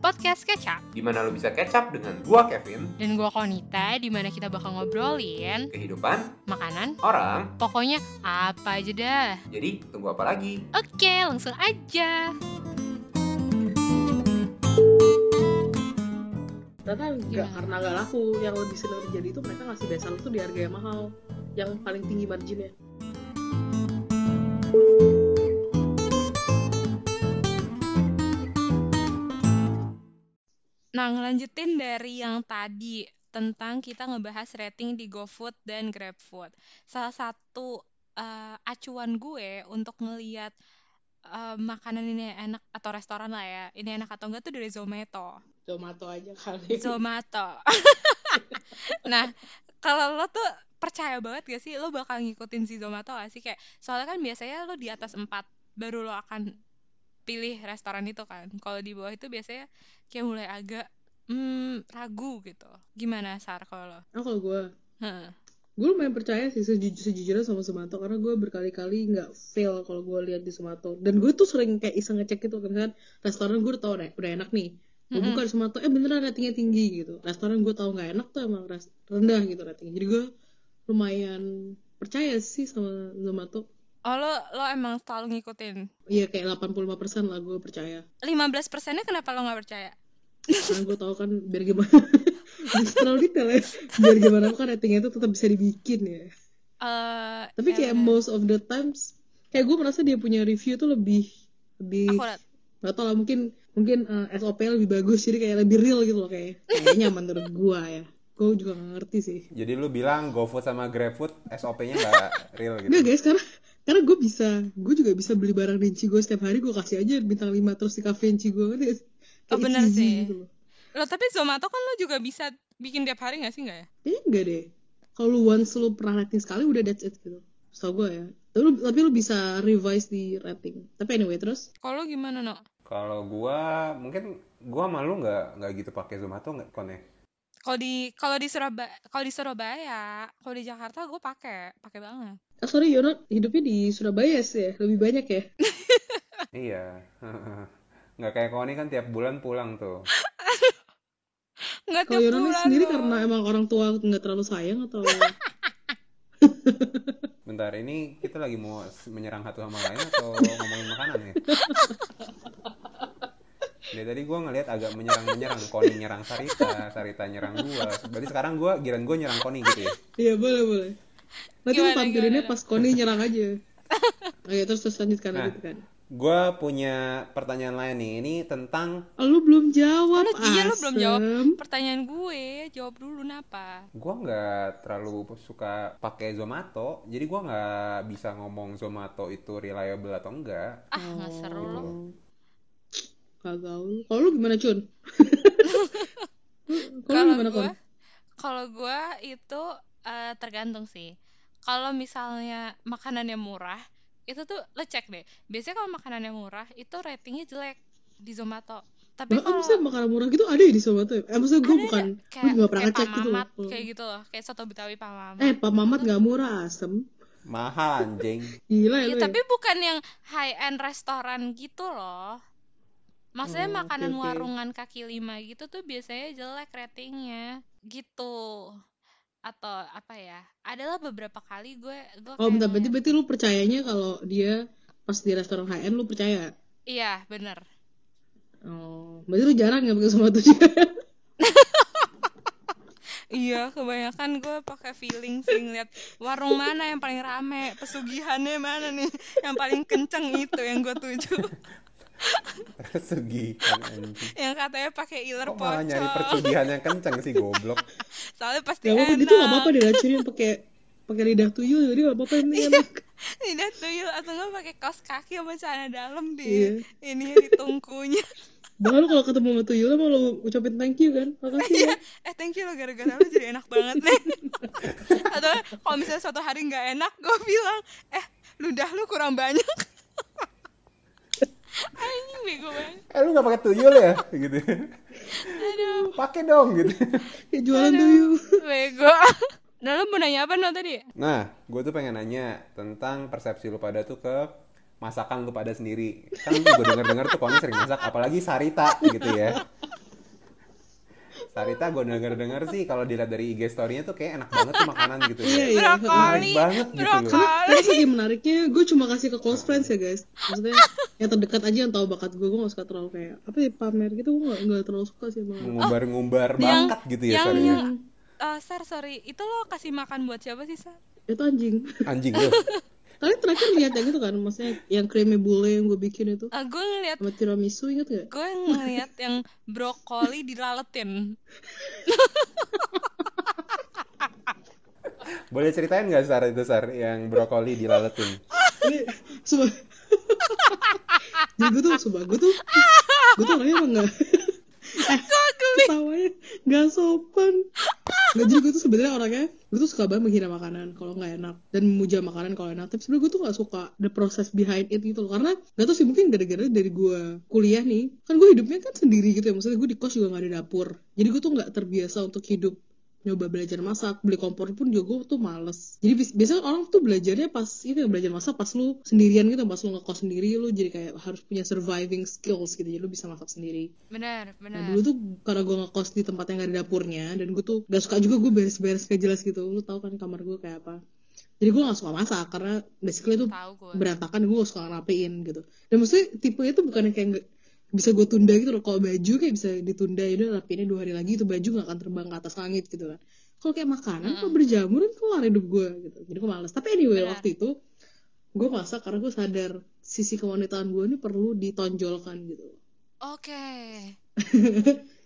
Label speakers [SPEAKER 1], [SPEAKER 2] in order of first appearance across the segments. [SPEAKER 1] podcast Kecap.
[SPEAKER 2] di mana lo bisa catch up dengan gua Kevin,
[SPEAKER 1] Dan gua Konita, di mana kita bakal ngobrolin
[SPEAKER 2] kehidupan
[SPEAKER 1] makanan,
[SPEAKER 2] orang.
[SPEAKER 1] pokoknya apa aja dah.
[SPEAKER 2] Jadi tunggu apa lagi?
[SPEAKER 1] Oke, langsung aja.
[SPEAKER 3] ternyata nggak
[SPEAKER 1] Gimana?
[SPEAKER 3] karena nggak laku yang lebih sering terjadi itu mereka ngasih dasar itu di harga yang mahal yang paling tinggi marginnya
[SPEAKER 1] Nah, ngelanjutin dari yang tadi tentang kita ngebahas rating di GoFood dan GrabFood. Salah satu eh, acuan gue untuk ngeliat eh, makanan ini enak atau restoran lah ya, ini enak atau enggak tuh dari Zometo.
[SPEAKER 3] tomato aja kali
[SPEAKER 1] Zomato. nah, kalau lo tuh percaya banget gak sih lo bakal ngikutin si Zomato gak sih kayak soalnya kan biasanya lo di atas 4 baru lo akan pilih restoran itu kan. Kalau di bawah itu biasanya kayak mulai agak hmm, ragu gitu. Gimana Sar kalau lo?
[SPEAKER 3] oh kalau gue
[SPEAKER 1] Heeh.
[SPEAKER 3] gue lumayan percaya sih seju- sejujurnya sama Sumato karena gue berkali-kali nggak fail kalau gue lihat di Sumato dan gue tuh sering kayak iseng ngecek gitu kan restoran gue udah tau nih, udah enak nih gue
[SPEAKER 1] Mm-mm.
[SPEAKER 3] buka di Sumato eh beneran ratingnya tinggi gitu restoran gue tau nggak enak tuh emang res- rendah gitu ratingnya jadi gue lumayan percaya sih sama Sumato
[SPEAKER 1] Oh lo, lo emang selalu ngikutin.
[SPEAKER 3] iya kayak 85% lah gue percaya
[SPEAKER 1] 15 persennya kenapa lo nggak percaya?
[SPEAKER 3] karena gue tau kan biar gimana Jadi terlalu detail ya biar gimana pun kan ratingnya itu tetap bisa dibikin ya
[SPEAKER 1] Eh,
[SPEAKER 3] tapi
[SPEAKER 1] ya
[SPEAKER 3] kayak
[SPEAKER 1] bener.
[SPEAKER 3] most of the times kayak gue merasa dia punya review tuh lebih lebih
[SPEAKER 1] Akurat.
[SPEAKER 3] nggak tau lah mungkin mungkin eh, SOP lebih bagus jadi kayak lebih real gitu loh kayak kayaknya menurut gue ya gue juga gak ngerti sih
[SPEAKER 4] Jadi lu bilang GoFood sama GrabFood SOP-nya nggak real gitu.
[SPEAKER 3] Enggak guys karena karena gue bisa gue juga bisa beli barang di gue setiap hari gue kasih aja bintang 5 terus di cafe Ichigo kan ya, kayak
[SPEAKER 1] Oh, bener
[SPEAKER 3] it's easy
[SPEAKER 1] sih.
[SPEAKER 3] gitu loh.
[SPEAKER 1] Lo tapi Zomato kan lo juga bisa bikin tiap hari nggak sih nggak ya?
[SPEAKER 3] Kayaknya Iya, enggak deh. Kalau lu once lu pernah rating sekali udah that's it gitu. Setahu gue ya. Tapi lu, tapi lu bisa revise di rating. Tapi anyway terus
[SPEAKER 1] Kalau lo gimana no?
[SPEAKER 4] Kalau gua mungkin gua malu nggak nggak gitu pakai Zomato nggak kon ya?
[SPEAKER 1] Kalau di kalau di Surabaya, kalau di Surabaya, kalau di Jakarta gue pakai, pakai banget.
[SPEAKER 3] Ah, sorry Yona hidupnya di Surabaya sih ya. Lebih banyak ya.
[SPEAKER 4] Iya. nggak kayak Koni kan tiap bulan pulang tuh.
[SPEAKER 1] Enggak
[SPEAKER 3] Kalau
[SPEAKER 1] tiap
[SPEAKER 3] Yona nih
[SPEAKER 1] bulan
[SPEAKER 3] sendiri
[SPEAKER 1] loh.
[SPEAKER 3] karena emang orang tua nggak terlalu sayang atau
[SPEAKER 4] Bentar ini kita lagi mau s- menyerang satu sama lain atau ngomongin makanan ya? Dari tadi gua ngelihat agak menyerang-menyerang Koni nyerang Sarita, Sarita nyerang gua. Berarti sekarang gua giran gua nyerang Koni gitu ya.
[SPEAKER 3] Iya boleh boleh. Nanti lu
[SPEAKER 1] Gimana,
[SPEAKER 3] tampilinnya
[SPEAKER 1] gimana?
[SPEAKER 3] pas Koni nyerang aja. Oke terus terus lanjutkan
[SPEAKER 4] Nah.
[SPEAKER 3] lanjutkan.
[SPEAKER 4] Gua punya pertanyaan lain nih. Ini tentang
[SPEAKER 3] Oh, lu belum jawab.
[SPEAKER 1] Lu- iya, lu belum
[SPEAKER 3] asem.
[SPEAKER 1] jawab. Pertanyaan gue, jawab dulu napa?
[SPEAKER 4] Gua nggak terlalu suka pakai Zomato, jadi gua nggak bisa ngomong Zomato itu reliable atau enggak.
[SPEAKER 1] Ah, nggak seru lo.
[SPEAKER 3] Oh. Kagak. lu. Kalau lu gimana Cun? Kalau lu
[SPEAKER 1] Kalau
[SPEAKER 3] gimana Kon?
[SPEAKER 1] gue, kalau gue itu eh, tergantung sih. Kalau misalnya makanannya murah, itu tuh lo cek deh. Biasanya kalau makanannya murah, itu ratingnya jelek di Zomato. Tapi
[SPEAKER 3] Bahkan
[SPEAKER 1] kalau
[SPEAKER 3] Nah, maksudnya makanan murah gitu ada ya di Somato ya? Eh, maksudnya gue
[SPEAKER 1] Ada,
[SPEAKER 3] bukan,
[SPEAKER 1] ada.
[SPEAKER 3] gue
[SPEAKER 1] kayak,
[SPEAKER 3] juga pernah
[SPEAKER 1] kayak
[SPEAKER 3] ngecek
[SPEAKER 1] Pak
[SPEAKER 3] gitu loh.
[SPEAKER 1] Mamat, kayak gitu loh, kayak soto Betawi Pak Mamat.
[SPEAKER 3] Eh, Pak Mamat gak murah asem.
[SPEAKER 4] Mahal anjing.
[SPEAKER 3] Gila ya
[SPEAKER 1] Ya,
[SPEAKER 3] lu
[SPEAKER 1] tapi bukan yang high end restoran gitu loh. Maksudnya
[SPEAKER 3] Oh, oke,
[SPEAKER 1] makanan
[SPEAKER 3] oke.
[SPEAKER 1] warungan kaki lima gitu tuh biasanya jelek ratingnya gitu. Atau apa ya? Adalah beberapa kali gue gue
[SPEAKER 3] ya. Oh,
[SPEAKER 1] kayak
[SPEAKER 3] bentar, berarti,
[SPEAKER 1] ngeliat-
[SPEAKER 3] berarti lu percayanya kalau dia pas di restoran HN lu percaya?
[SPEAKER 1] Iya, bener.
[SPEAKER 3] Oh, berarti lu jarang gak pakai Ya Somato juga?
[SPEAKER 1] Iya, kebanyakan gue pakai feeling sih ngeliat warung mana yang paling rame, pesugihannya mana nih yang paling kenceng itu yang gue tuju.
[SPEAKER 4] Persugihan anjing.
[SPEAKER 1] yang katanya pakai iler
[SPEAKER 4] Kok malah nyari
[SPEAKER 1] pocong.
[SPEAKER 4] persugihan yang kenceng sih goblok.
[SPEAKER 1] Soalnya pasti
[SPEAKER 3] gak apa-apa,
[SPEAKER 1] enak. Iya.
[SPEAKER 3] itu gak apa-apa diracunin pakai pakai lidah tuyul, jadi gak apa-apa ini kan. enak.
[SPEAKER 1] Tidak tuyul atau enggak pakai kaos kaki sama celana dalam
[SPEAKER 3] Iya.
[SPEAKER 1] di ini ya di tungkunya.
[SPEAKER 3] Bahkan lu kalau ketemu sama tuyul emang lu ucapin thank you
[SPEAKER 1] Iya.
[SPEAKER 3] kan? Makasih ya.
[SPEAKER 1] eh thank you lo gara-gara lo jadi enak banget nih. atau kalau misalnya suatu hari nggak enak, gue bilang eh ludah lu kurang banyak. Anjing bego banget.
[SPEAKER 4] Eh lu nggak pakai tuyul ya? Gitu.
[SPEAKER 1] Aduh,
[SPEAKER 4] Pakai dong gitu.
[SPEAKER 3] Kayak jualan tuyul.
[SPEAKER 1] bego. Nah, lo mau nanya apa no tadi?
[SPEAKER 4] Nah, gue tuh pengen nanya tentang persepsi lu pada tuh ke masakan lu pada sendiri. Kan gue denger-denger tuh Koni sering masak, apalagi Sarita gitu ya. Sarita gue denger-denger sih kalau dilihat dari IG story-nya tuh kayak enak banget tuh makanan gitu
[SPEAKER 3] Iya,
[SPEAKER 4] ya.
[SPEAKER 3] iya.
[SPEAKER 4] Menarik
[SPEAKER 1] Brokoli,
[SPEAKER 4] banget gitu loh.
[SPEAKER 3] Tapi
[SPEAKER 1] brokoli.
[SPEAKER 3] saking menariknya, gue cuma kasih ke close friends ya guys. Maksudnya yang terdekat aja yang tahu bakat gue, gue gak suka terlalu kayak apa ya pamer gitu, gue gak, nggak terlalu suka sih emang.
[SPEAKER 4] Mengumbar-ngumbar
[SPEAKER 1] yang-
[SPEAKER 4] bakat gitu ya
[SPEAKER 1] yang-
[SPEAKER 4] Sarita.
[SPEAKER 1] Eh, Sar, sorry, itu lo kasih makan buat siapa sih, Sar?
[SPEAKER 3] Itu anjing.
[SPEAKER 4] Anjing eh. lu.
[SPEAKER 3] Kalian terakhir lihat yang itu kan, maksudnya yang creamy bule yang gue bikin itu
[SPEAKER 1] Eh, gue ngeliat
[SPEAKER 3] sama tiramisu inget gak?
[SPEAKER 1] gue ngeliat yang brokoli dilaletin.
[SPEAKER 4] Boleh ceritain nggak Sar itu Sar yang brokoli dilaletin?
[SPEAKER 3] Ini Iya, sumpah. Jadi gue tuh sumpah gue tuh gue tuh orangnya emang gak ketawanya gak sopan. Gak jadi gue tuh sebenarnya orangnya gue tuh suka banget menghina makanan kalau nggak enak dan memuja makanan kalau enak. Tapi sebenarnya gue tuh gak suka the process behind it gitu loh. Karena gak tau sih mungkin gara-gara dari gue kuliah nih kan gue hidupnya kan sendiri gitu ya. Maksudnya gue di kos juga gak ada dapur. Jadi gue tuh gak terbiasa untuk hidup nyoba belajar masak beli kompor pun juga gue tuh males jadi bis- biasanya orang tuh belajarnya pas itu ya, belajar masak pas lu sendirian gitu pas lu ngekos sendiri lu jadi kayak harus punya surviving skills gitu jadi lu bisa masak sendiri
[SPEAKER 1] Bener,
[SPEAKER 3] nah
[SPEAKER 1] bener.
[SPEAKER 3] dulu tuh karena gue ngekos di tempat yang gak ada dapurnya dan gue tuh gak suka juga gue beres-beres gak jelas gitu lu tau kan kamar gue kayak apa jadi gue gak suka masak karena basically itu
[SPEAKER 1] Tahu gue.
[SPEAKER 3] berantakan gue gak suka rapiin gitu dan maksudnya tipenya tuh bukan yang kayak nggak- bisa gue tunda gitu loh kalau baju kayak bisa ditunda ya udah rapiinnya dua hari lagi itu baju gak akan terbang ke atas langit gitu kan kalau kayak makanan kalau berjamur kan kelar hidup gue gitu jadi gue males tapi anyway
[SPEAKER 1] Benar.
[SPEAKER 3] waktu itu gue masak karena gue sadar sisi kewanitaan gue ini perlu ditonjolkan gitu
[SPEAKER 1] Oke.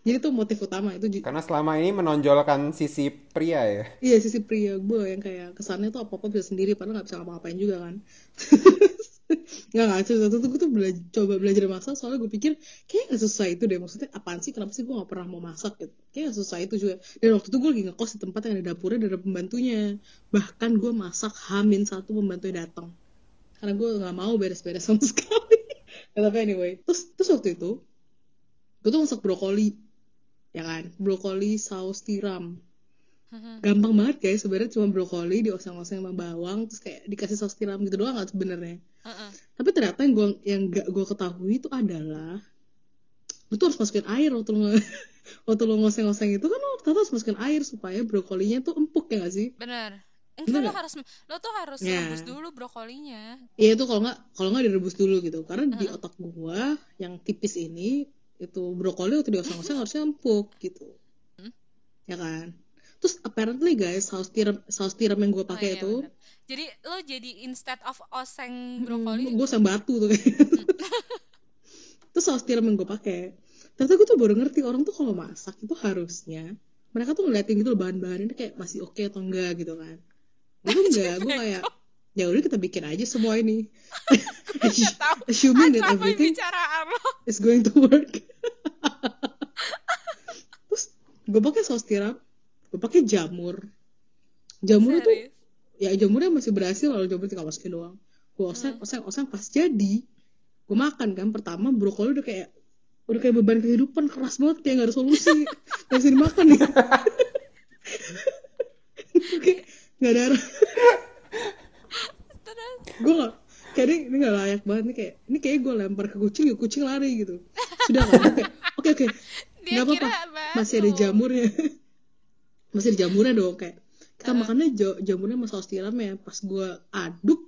[SPEAKER 3] jadi itu motif utama itu ju-
[SPEAKER 4] Karena selama ini menonjolkan sisi pria ya.
[SPEAKER 3] Iya sisi pria gue yang kayak kesannya tuh apa-apa bisa sendiri padahal nggak bisa ngapa-ngapain juga kan. Nggak nggak cerita itu gue tuh bela- coba belajar masak soalnya gue pikir kayaknya nggak susah itu deh maksudnya apaan sih kenapa sih gue nggak pernah mau masak gitu kayaknya nggak susah itu juga dan waktu itu gue lagi ngekos di tempat yang ada dapurnya dan ada pembantunya bahkan gue masak hamin satu pembantunya datang karena gue nggak mau beres-beres sama sekali Nah, tapi anyway terus terus waktu itu gue tuh masak brokoli ya kan brokoli saus tiram gampang banget guys sebenarnya cuma brokoli dioseng-oseng sama bawang terus kayak dikasih saus tiram gitu doang nggak sebenarnya
[SPEAKER 1] Heeh.
[SPEAKER 3] tapi ternyata yang gua yang gak gue ketahui itu adalah lu tuh harus masukin air waktu lu nge- waktu lu ngoseng-ngoseng itu kan lu ternyata harus masukin air supaya brokolinya tuh empuk ya gak sih
[SPEAKER 1] Bener. Enggak, lo
[SPEAKER 3] Bener.
[SPEAKER 1] harus lo tuh harus
[SPEAKER 3] Ya.
[SPEAKER 1] rebus dulu brokolinya.
[SPEAKER 3] Iya itu kalau nggak kalau nggak direbus dulu gitu karena di
[SPEAKER 1] Mm-mm.
[SPEAKER 3] otak gua yang tipis ini itu brokoli waktu dioseng-oseng harusnya empuk gitu
[SPEAKER 1] Hmm.
[SPEAKER 3] ya kan terus apparently guys saus tiram saus tiram yang gua
[SPEAKER 1] Oh, iya,
[SPEAKER 3] pakai itu
[SPEAKER 1] bener. Jadi lo jadi instead of oseng brokoli,
[SPEAKER 3] Brokoli gue sama Hmm, batu tuh kayak terus saus tiram yang gue pakai ternyata gue tuh baru ngerti orang tuh kalau masak itu harusnya mereka tuh ngeliatin gitu loh bahan-bahannya kayak masih oke atau enggak gitu kan gue tuh enggak gue kayak ya udah kita bikin aja semua ini
[SPEAKER 1] Iya, tahu.
[SPEAKER 3] assuming that
[SPEAKER 1] Apa
[SPEAKER 3] everything
[SPEAKER 1] bicaraan lo?
[SPEAKER 3] is going to work. Terus gue pakai saus tiram, gue pakai jamur. Jamur itu
[SPEAKER 1] Serius?
[SPEAKER 3] ya jamurnya masih berhasil lalu jamur tinggal masukin doang. Gue oseng, oseng, oseng pas jadi gue makan kan pertama brokoli udah kayak udah kayak beban kehidupan keras banget kayak gak ada solusi gak bisa dimakan nih kayak gak ada arah
[SPEAKER 1] Terus
[SPEAKER 3] gue gak kayak ini, ini gak layak banget nih kayak ini kayak gue lempar ke kucing ya kucing lari gitu sudah kan Oke, oke oke
[SPEAKER 1] dia
[SPEAKER 3] nggak apa-apa
[SPEAKER 1] kira apa?
[SPEAKER 3] masih ada jamurnya masih ada jamurnya dong kayak kita makannya jo- jamurnya sama saus tiram ya pas gue aduk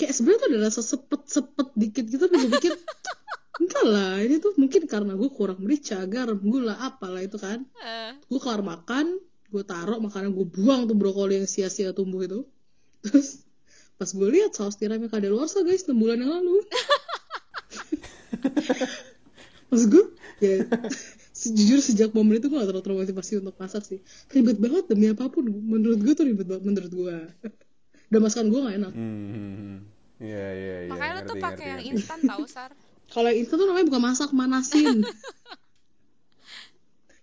[SPEAKER 3] kayak sebenarnya tuh ada rasa sepet sepet dikit gitu tapi gue pikir enggak lah ini tuh mungkin karena gue kurang merica garam gula apalah itu kan
[SPEAKER 1] Eh,
[SPEAKER 3] gue kelar makan gue taruh makanan gue buang tuh brokoli yang sia-sia tumbuh itu terus pas gue lihat saus tiram yang kada luar guys 6 bulan yang lalu Maksud gue ya sejujur sejak momen itu gue gak terlalu termotivasi untuk masak sih ribet banget demi apapun menurut gue tuh ribet banget menurut gue dan masakan gue gak enak
[SPEAKER 4] Hmm. Iya, iya, iya.
[SPEAKER 1] makanya lo tuh
[SPEAKER 4] Ngerti,
[SPEAKER 1] pakai
[SPEAKER 4] ngerti,
[SPEAKER 1] yang
[SPEAKER 4] ngerti.
[SPEAKER 1] instan tau sar.
[SPEAKER 3] kalau yang instan tuh namanya bukan masak manasin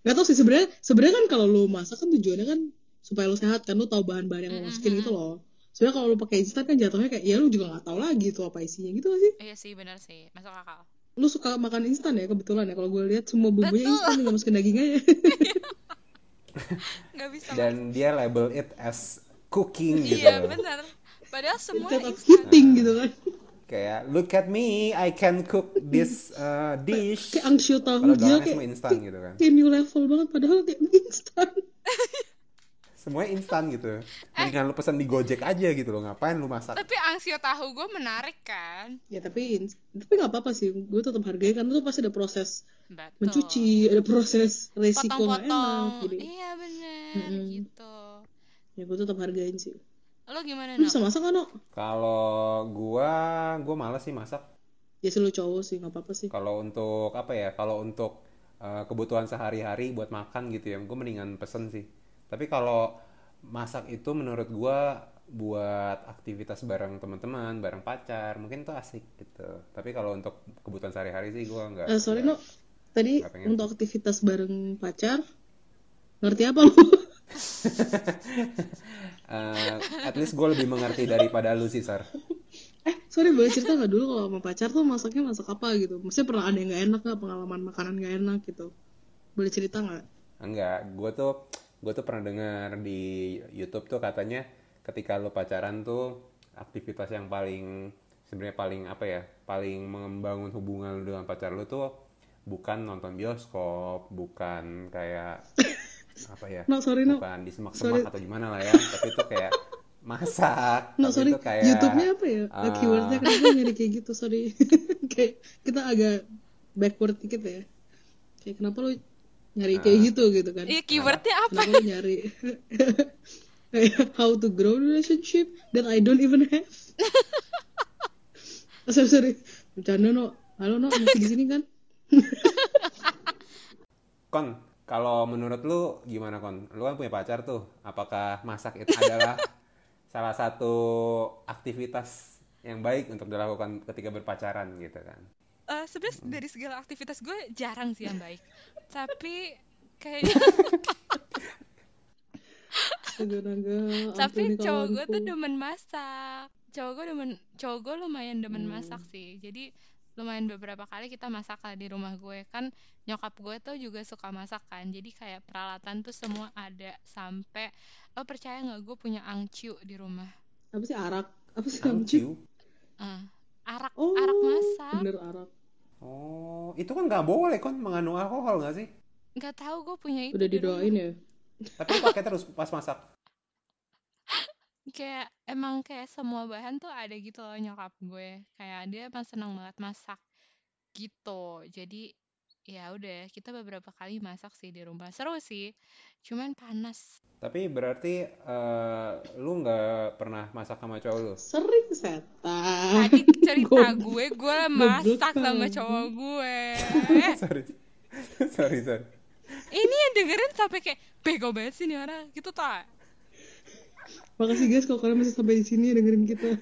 [SPEAKER 3] nggak tau sih sebenarnya sebenarnya kan kalau lu masak kan tujuannya kan supaya lu sehat kan lu tahu bahan-bahan yang lu masukin gitu loh sebenarnya kalau lu pakai instan kan jatuhnya kayak ya lu juga nggak tahu lagi tuh apa isinya gitu gak sih
[SPEAKER 1] Iya sih bener sih, masuk akal.
[SPEAKER 3] lu suka makan instan ya kebetulan ya kalau gue lihat semua bumbunya
[SPEAKER 1] Betul.
[SPEAKER 3] instan nggak masukin dagingnya ya
[SPEAKER 1] Gak bisa.
[SPEAKER 4] Dan dia label it as cooking gitu.
[SPEAKER 1] Iya
[SPEAKER 4] loh.
[SPEAKER 1] bener. Padahal semua
[SPEAKER 3] instead of
[SPEAKER 1] instan.
[SPEAKER 3] heating gitu kan
[SPEAKER 2] kayak look at me I can cook this uh, dish
[SPEAKER 3] kayak angsiu tahu
[SPEAKER 2] kalau
[SPEAKER 3] dia
[SPEAKER 2] doangannya
[SPEAKER 3] kayak
[SPEAKER 2] semua instan gitu kan
[SPEAKER 3] kayak new level banget padahal kayak instan
[SPEAKER 2] semuanya instan gitu mendingan lu pesan di Gojek aja gitu lo ngapain lu masak
[SPEAKER 1] Tapi angsio tahu gue menarik kan?
[SPEAKER 3] ya tapi ins- tapi nggak apa-apa sih gue tetap hargai karena tuh pasti ada proses
[SPEAKER 1] Betul.
[SPEAKER 3] mencuci ada proses resiko nggak enak
[SPEAKER 1] potong-potong.
[SPEAKER 3] jadi
[SPEAKER 1] Iya bener
[SPEAKER 3] gitu. Mm-mm.
[SPEAKER 1] gitu.
[SPEAKER 3] ya gue tetap hargain sih
[SPEAKER 1] Lo gimana
[SPEAKER 3] lu
[SPEAKER 1] no?
[SPEAKER 3] bisa masak kan no?
[SPEAKER 2] kalau gua gua males sih masak
[SPEAKER 3] ya sih lu cowok sih nggak apa-apa sih
[SPEAKER 2] kalau untuk apa ya kalau untuk uh, kebutuhan sehari-hari buat makan gitu ya gue mendingan pesen sih tapi kalau masak itu menurut gua buat aktivitas bareng teman-teman bareng pacar mungkin tuh asik gitu tapi kalau untuk kebutuhan sehari-hari sih gua nggak
[SPEAKER 3] Eh, sorry no tadi
[SPEAKER 2] Nggak pengen.
[SPEAKER 3] untuk aktivitas bareng pacar ngerti apa lu
[SPEAKER 2] Eh, at least gue lebih mengerti daripada lu sih Sar
[SPEAKER 3] eh sorry boleh cerita nggak dulu kalau sama pacar tuh masaknya masak apa gitu maksudnya pernah ada yang nggak enak nggak pengalaman makanan nggak enak gitu boleh cerita nggak
[SPEAKER 2] Enggak, gue tuh gue tuh pernah dengar di YouTube tuh katanya ketika lo pacaran tuh aktivitas yang paling sebenarnya paling apa ya paling membangun hubungan lo dengan pacar lo tuh bukan nonton bioskop, bukan kayak apa ya,
[SPEAKER 3] no sorry no
[SPEAKER 2] bukan di
[SPEAKER 3] Sorry.
[SPEAKER 2] semak-semak atau gimana lah ya, tapi itu kayak masak, tapi
[SPEAKER 3] No, Nah, sorry.
[SPEAKER 2] Nah, itu kayak
[SPEAKER 3] YouTube-nya apa ya?
[SPEAKER 2] ah.
[SPEAKER 3] Keywordnya kenapa nyari kayak gitu? Sorry. kayak kita agak backward dikit ya. Kayak kenapa lu nyari
[SPEAKER 2] Ah.
[SPEAKER 3] kayak gitu gitu kan?
[SPEAKER 1] Iya keywordnya apa?
[SPEAKER 3] Kenapa lu nyari Kayak how to grow relationship that I don't even have? Oh, sorry, sorry. Bercanda, no. Halo, no. Masih di sini kan?
[SPEAKER 2] Kon, kalau menurut lu gimana Kon? Lu kan punya pacar tuh. Apakah masak itu adalah salah satu aktivitas yang baik untuk dilakukan ketika berpacaran gitu kan?
[SPEAKER 1] Eh, sebenarnya dari segala aktivitas gue jarang sih yang baik. Tapi kayaknya
[SPEAKER 3] Naga-naga. ampun
[SPEAKER 1] tapi
[SPEAKER 3] nih
[SPEAKER 1] cowok gue tuh
[SPEAKER 3] kawanku.
[SPEAKER 1] demen masak. Cowok gue demen cowok gue lumayan demen
[SPEAKER 3] Hmm.
[SPEAKER 1] masak sih. Jadi lumayan beberapa kali kita masak lah di rumah gue kan nyokap gue tuh juga suka masak kan jadi kayak peralatan tuh semua ada sampai lo percaya nggak gue punya angcu di rumah
[SPEAKER 3] Apa sih arak? Apa sih namanya?
[SPEAKER 2] Angciu.
[SPEAKER 1] Eh, arak
[SPEAKER 3] Oh,
[SPEAKER 1] arak masak
[SPEAKER 3] Bener arak.
[SPEAKER 2] Oh, itu kan nggak boleh Kon mengandung alkohol nggak sih?
[SPEAKER 1] nggak tahu gue punya itu
[SPEAKER 3] Udah
[SPEAKER 1] di rumah.
[SPEAKER 3] didoain ya?
[SPEAKER 2] Tapi lu pakai terus pas masak.
[SPEAKER 1] kayak emang kayak semua bahan tuh ada gitu loh nyokap gue kayak dia emang seneng banget masak gitu jadi ya udah kita beberapa kali masak sih di rumah seru sih cuman panas
[SPEAKER 2] Tapi berarti eh, lu nggak pernah masak sama cowok lu?
[SPEAKER 3] Sering setan.
[SPEAKER 1] tadi cerita
[SPEAKER 3] Goblok.
[SPEAKER 1] gue gue
[SPEAKER 3] Goblok
[SPEAKER 1] masak sama
[SPEAKER 3] kamu.
[SPEAKER 1] cowok gue Eh,
[SPEAKER 2] sorry, sorry, sorry.
[SPEAKER 1] ini yang dengerin sampai kayak bego banget sih nih orang gitu tak
[SPEAKER 3] Makasih guys kalau kalian masih sampai di sini dengerin kita.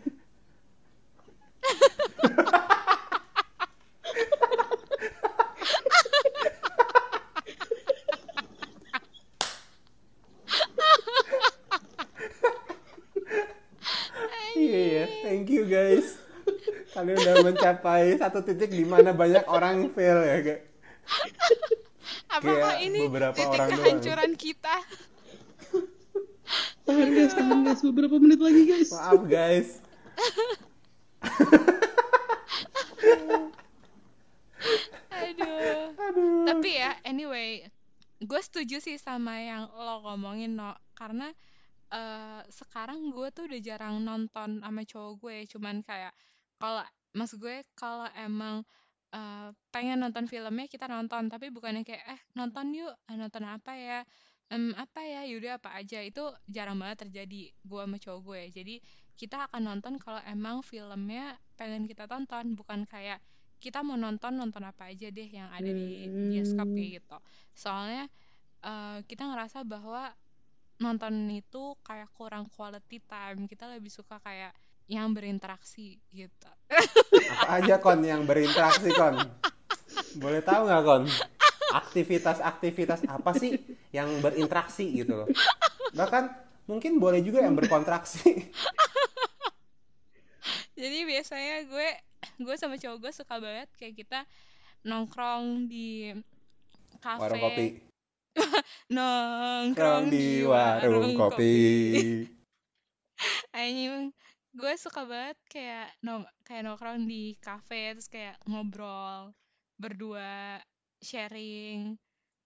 [SPEAKER 2] Iya, iya. Thank you guys. Kalian udah mencapai satu titik di mana banyak orang fail ya, guys.
[SPEAKER 1] apa
[SPEAKER 2] Kayak
[SPEAKER 1] kok ini
[SPEAKER 2] beberapa
[SPEAKER 1] titik
[SPEAKER 2] orang doang.
[SPEAKER 1] kehancuran kita
[SPEAKER 3] Tahan guys, tahan guys beberapa menit lagi guys.
[SPEAKER 2] Maaf guys.
[SPEAKER 1] aduh
[SPEAKER 2] Aduh.
[SPEAKER 1] Tapi ya, anyway, gue setuju sih sama yang lo ngomongin, no. Karena eh, sekarang gue tuh udah jarang nonton sama cowok gue. Cuman kayak, kalau maksud gue, kalau emang eh, pengen nonton filmnya, kita nonton. Tapi bukannya kayak, eh, nonton yuk, Eh, nonton apa ya? Em, apa ya, yaudah apa aja. Itu jarang banget terjadi gue sama cowok gue. Jadi, kita akan nonton kalau emang filmnya pengen kita tonton. Bukan kayak, kita mau nonton, nonton apa aja deh yang ada di bioskop kayak gitu. Soalnya eh, kita ngerasa bahwa nonton itu kayak kurang quality time. Kita lebih suka kayak yang berinteraksi gitu.
[SPEAKER 2] Apa aja kon yang berinteraksi kon? Boleh tahu nggak kon? Aktivitas-aktivitas apa sih yang berinteraksi gitu loh? Bahkan mungkin boleh juga yang berkontraksi.
[SPEAKER 1] Jadi biasanya gue gue sama cowok gue suka banget kayak kita nongkrong di kafe.
[SPEAKER 2] Warung kopi.
[SPEAKER 1] Nongkrong
[SPEAKER 2] Nongkrong di warung kopi.
[SPEAKER 1] Anjing gue suka banget kayak nong kayak nongkrong di kafe terus kayak ngobrol berdua sharing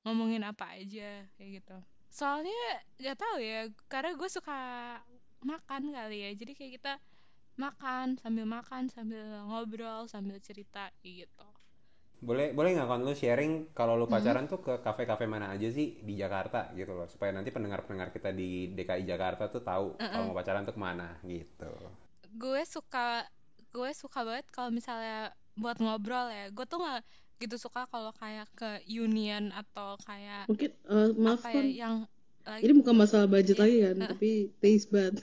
[SPEAKER 1] ngomongin apa aja kayak gitu soalnya gak tahu ya karena gue suka makan kali ya jadi kayak kita makan sambil makan sambil ngobrol sambil cerita kayak gitu
[SPEAKER 4] Boleh boleh nggak kan lu sharing kalau lu pacaran tuh ke kafe-kafe mana aja sih di Jakarta gitu loh supaya nanti pendengar-pendengar kita di DKI Jakarta tuh tahu kalau mau pacaran tuh kemana gitu.
[SPEAKER 1] gue suka gue suka banget kalau misalnya buat ngobrol ya gue tuh nggak gitu suka kalau kayak ke union atau kayak
[SPEAKER 3] Mungkin eh, maaf
[SPEAKER 1] apa ya
[SPEAKER 3] kan.
[SPEAKER 1] yang lagi
[SPEAKER 3] Ini bukan masalah
[SPEAKER 1] Iya,
[SPEAKER 3] budget lagi kan,
[SPEAKER 1] heeh.
[SPEAKER 3] tapi taste bud.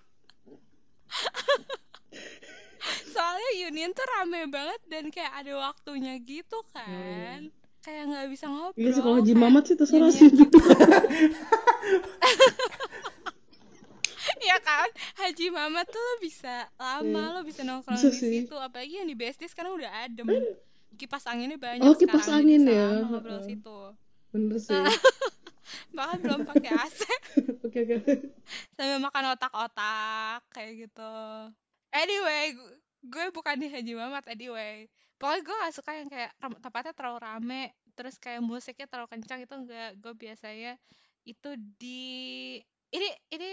[SPEAKER 1] soalnya union tuh rame banget dan kayak ada waktunya gitu kan kayak nggak bisa ngobrol
[SPEAKER 3] Oh, Iya sih kalau Haji
[SPEAKER 1] kayak
[SPEAKER 3] Mamat sih terserah
[SPEAKER 1] union
[SPEAKER 3] sih.
[SPEAKER 1] gitu. Iya kan Haji Mamat tuh lo bisa lama
[SPEAKER 3] Iya.
[SPEAKER 1] lo bisa nongkrong
[SPEAKER 3] Bisa
[SPEAKER 1] di
[SPEAKER 3] sih. Eh.
[SPEAKER 1] situ apalagi yang di BSD sekarang udah adem kipas anginnya banyak
[SPEAKER 3] Oh, kipas
[SPEAKER 1] sekarang,
[SPEAKER 3] angin
[SPEAKER 1] jadi
[SPEAKER 3] ya.
[SPEAKER 1] bisa lama ngobrol
[SPEAKER 3] Heeh.
[SPEAKER 1] situ
[SPEAKER 3] Bener sih.
[SPEAKER 1] Ah. bahkan belum pakai AC
[SPEAKER 3] Oke oke.
[SPEAKER 1] sambil makan otak-otak kayak gitu anyway gu- gue bukan di Haji Mamat anyway pokoknya gue gak suka yang kayak ram- tempatnya terlalu rame terus kayak musiknya terlalu kencang itu enggak gue biasanya itu di ini ini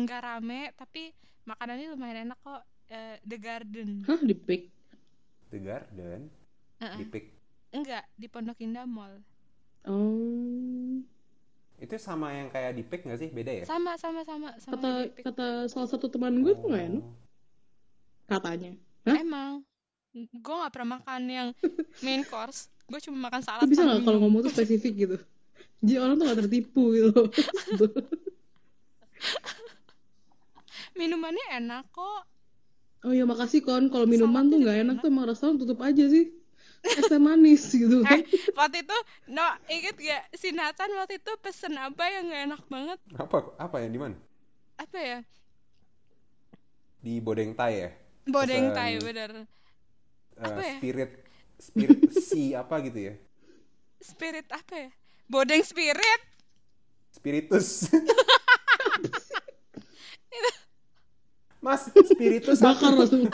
[SPEAKER 1] enggak rame tapi makanannya lumayan enak kok Eh, The Garden
[SPEAKER 3] Hah di pick.
[SPEAKER 4] The Garden,
[SPEAKER 1] Heeh.
[SPEAKER 4] di Pic.
[SPEAKER 1] enggak di Pondok Indah Mall
[SPEAKER 3] Oh.
[SPEAKER 4] Itu sama yang kayak di Pic nggak sih? Beda ya?
[SPEAKER 1] sama sama sama sama
[SPEAKER 3] Kata
[SPEAKER 1] di Pic.
[SPEAKER 3] kata salah satu teman gue tuh nggak enak
[SPEAKER 4] Oh.
[SPEAKER 3] katanya.
[SPEAKER 1] emang gue gak pernah makan yang main course gue cuma makan salad
[SPEAKER 3] Tapi bisa
[SPEAKER 1] sama
[SPEAKER 3] nggak kalau
[SPEAKER 1] minum.
[SPEAKER 3] ngomong tuh spesifik gitu? Jadi orang tuh gak tertipu gitu. loh.
[SPEAKER 1] minumannya enak kok
[SPEAKER 3] oh iya makasih kon, kalau minuman
[SPEAKER 1] Salad
[SPEAKER 3] tuh
[SPEAKER 1] tuh
[SPEAKER 3] nggak
[SPEAKER 1] juga
[SPEAKER 3] enak
[SPEAKER 1] enak.
[SPEAKER 3] tuh emang restoran tutup aja sih. Es teh manis
[SPEAKER 1] eh
[SPEAKER 3] gitu kan.
[SPEAKER 1] waktu itu no inget gak si Nathan waktu itu pesen apa yang gak enak banget
[SPEAKER 4] Apa apa yang di mana?
[SPEAKER 1] apa ya
[SPEAKER 4] Di Bodeng Thai ya?
[SPEAKER 1] bodeng
[SPEAKER 4] Pesen-
[SPEAKER 1] Thai bener
[SPEAKER 4] Eh,
[SPEAKER 1] Apa ya?
[SPEAKER 4] Spirit Spirit sea apa gitu ya?
[SPEAKER 1] spirit apa ya bodeng spirit
[SPEAKER 4] Spiritus. Mas, spiritus
[SPEAKER 3] Bakar langsung.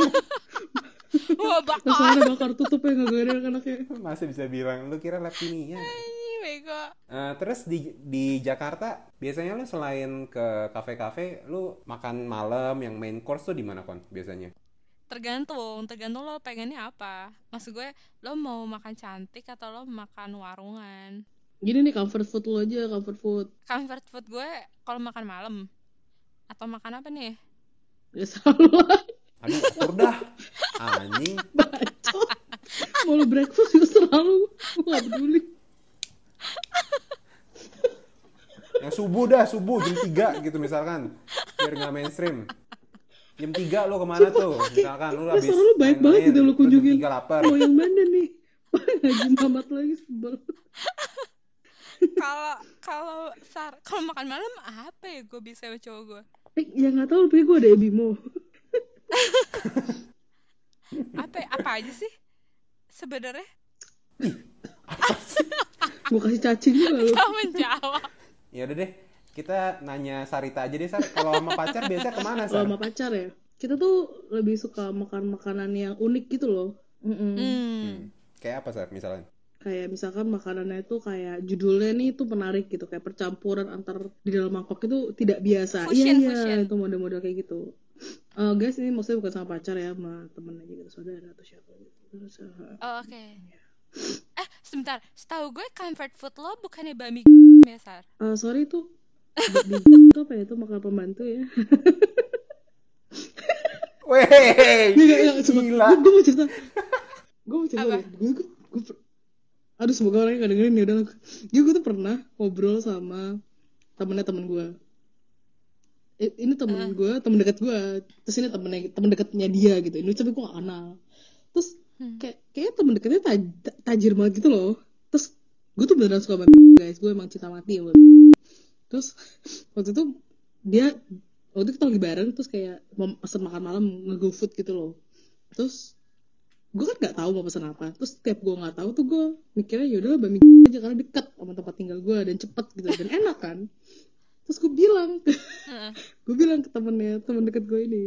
[SPEAKER 1] wah bakar
[SPEAKER 3] Restorannya bakar tutup ya nggak gede anaknya.
[SPEAKER 4] Masih bisa bilang lu kira Leptinia.
[SPEAKER 1] Ih, bego
[SPEAKER 4] Eh, terus di di Jakarta biasanya lu selain ke kafe-kafe, lu makan malam yang main course tuh di mana kon biasanya?
[SPEAKER 1] tergantung tergantung lo pengennya apa maksud gue lo mau makan cantik atau lo makan warungan
[SPEAKER 3] Gini nih comfort food lo aja, comfort food.
[SPEAKER 1] comfort food gue kalau makan malam atau makan apa nih
[SPEAKER 3] Ya salah,
[SPEAKER 4] Aduh, atur dah. Anjing.
[SPEAKER 3] bacot. Mau lo breakfast ya, juga selalu. Gue gak peduli.
[SPEAKER 4] Yang subuh dah, subuh jam 3 gitu misalkan. Biar nggak mainstream. Jam 3 lu kemana tuh? Misalkan lu habis
[SPEAKER 3] Restoran lu baik banget
[SPEAKER 4] main-main,
[SPEAKER 3] gitu lu kunjungin. Oh
[SPEAKER 4] Jam 3 lapar.
[SPEAKER 3] Mau yang mana nih? Wah, Haji Mamat lagi sebel.
[SPEAKER 1] kalau kalau sar kalau makan malam apa ya gue bisa sama cowok gue
[SPEAKER 3] Eh, ya gak tau, tapi gue ada Ebimo.
[SPEAKER 1] apa ya, apa aja sih sebenarnya
[SPEAKER 3] Gue kasih cacing juga lo.
[SPEAKER 1] kau menjawab
[SPEAKER 4] Ya udah deh, kita nanya Sarita aja deh, Sar. Kalau sama pacar biasanya kemana, Sar?
[SPEAKER 3] Kalau sama pacar ya. Kita tuh lebih suka makan makanan yang unik gitu loh.
[SPEAKER 1] hmm.
[SPEAKER 3] Mm-mm.
[SPEAKER 4] Hmm. Kayak apa, Sar, misalnya?
[SPEAKER 3] Kayak misalkan makanannya itu kayak judulnya nih itu menarik gitu. Kayak percampuran antar di dalam mangkok itu tidak biasa. Iya,
[SPEAKER 1] Fusion,
[SPEAKER 3] iya.
[SPEAKER 1] fusion.
[SPEAKER 3] Itu model-model kayak gitu. Eh, guys, ini maksudnya bukan sama pacar ya, sama temen aja gitu. Saudara atau siapa gitu. Terus, eh,
[SPEAKER 1] oh, oke eh sebentar setahu gue comfort food lo bukannya bami ya, besar
[SPEAKER 3] Eh, sorry itu di- itu apa ya itu makan pembantu ya
[SPEAKER 4] Weh,
[SPEAKER 3] Nggak, nggak, coba.
[SPEAKER 4] gila.
[SPEAKER 3] Gue- gue mau cerita gue mau cerita
[SPEAKER 1] Apa?
[SPEAKER 3] deh. Gue- gue- gue per- aduh semoga orangnya gak dengerin ya udah jadi gue tuh pernah ngobrol sama temennya temen gue I- ini temen gue temen dekat gue terus ini temennya temen dekatnya dia gitu ini tapi gue gak kenal terus
[SPEAKER 1] Hmm.
[SPEAKER 3] kayak kayaknya temen dekatnya taj- ta- tajir banget gitu loh terus gue tuh beneran suka banget guys gue emang cinta mati sama terus waktu itu dia waktu itu kita lagi bareng terus kayak mau pesen makan malam nge food gitu loh terus gue kan nggak tahu mau pesen apa terus tiap gue nggak tahu tuh "Ya gue mikirnya yaudah bami aja karena deket sama tempat tinggal gue dan cepet gitu dan enak kan terus gue bilang
[SPEAKER 1] Heeh.
[SPEAKER 3] gue bilang ke temennya temen deket gue ini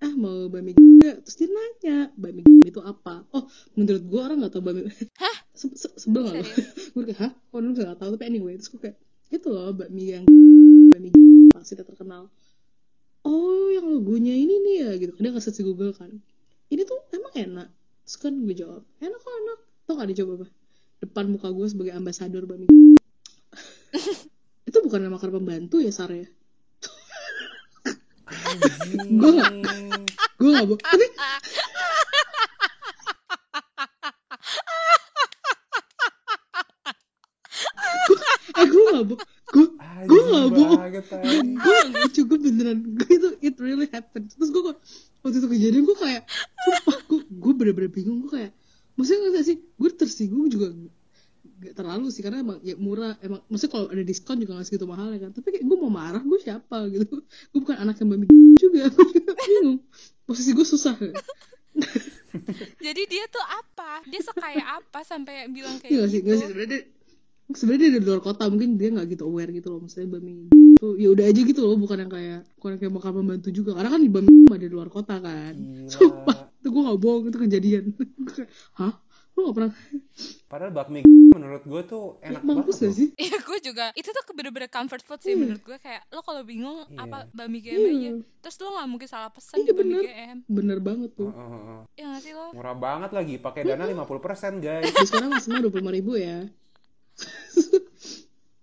[SPEAKER 3] ah mau bami gak terus dia nanya bami itu apa oh menurut gue orang nggak tahu bami hah se se- sebel nggak lo
[SPEAKER 1] Serius?
[SPEAKER 3] gue kayak hah oh lu nggak tahu tapi anyway terus gue kayak itu loh bakmi yang bakmi pasti terkenal oh yang logonya ini nih ya gitu dia ngasih di Google kan ini tuh emang enak terus kan gue jawab enak kok enak tau gak dicoba apa depan muka gue sebagai ambasador bakmi itu bukan nama karena pembantu ya Sar ya gue gak gue gak bo- tapi Gua- eh gue gak bo- gue gue gak bohong gue gak lucu gue beneran gue itu it really happened terus gue kok- waktu itu kejadian gue kayak sumpah gue gue bener-bener bingung gue kayak maksudnya nggak sih gue tersinggung juga gak terlalu sih karena emang ya murah emang maksudnya kalau ada diskon juga nggak segitu mahal ya kan tapi kayak gue mau marah gue siapa gitu gue bukan anak yang babi juga gue juga bingung posisi gue susah ya.
[SPEAKER 1] Jadi dia tuh apa? Dia sekaya apa sampai bilang kayak
[SPEAKER 3] Iya gak sih,
[SPEAKER 1] gitu?
[SPEAKER 3] gak sih sebenarnya dia- sebenarnya dia dari luar kota mungkin dia nggak gitu aware gitu loh maksudnya bami tuh ya udah aja gitu loh bukan yang kayak bukan yang kayak bakal membantu juga karena kan di bami ada di luar kota kan
[SPEAKER 4] Gila.
[SPEAKER 3] sumpah itu gue gak bohong itu kejadian Gua kayak, hah lo gak pernah
[SPEAKER 4] Padahal bakmi menurut gue tuh enak
[SPEAKER 3] mampus
[SPEAKER 4] banget.
[SPEAKER 3] gak sih
[SPEAKER 1] Iya, gue juga. Itu tuh bener-bener comfort food sih
[SPEAKER 3] Iya.
[SPEAKER 1] menurut gue. Kayak lo kalau bingung
[SPEAKER 4] Iya.
[SPEAKER 1] apa bami GM aja.
[SPEAKER 3] iya
[SPEAKER 1] Terus lo nggak mungkin salah pesan
[SPEAKER 3] Iya,
[SPEAKER 1] di bami
[SPEAKER 3] bener.
[SPEAKER 1] GM.
[SPEAKER 3] bener banget
[SPEAKER 4] loh.
[SPEAKER 3] tuh
[SPEAKER 4] Heeh, heeh, heeh.
[SPEAKER 1] Iya nggak sih lo?
[SPEAKER 4] Murah banget lagi, pakai dana
[SPEAKER 3] Iya.
[SPEAKER 4] 50% guys.
[SPEAKER 3] terus sekarang maksimal dua puluh ribu ya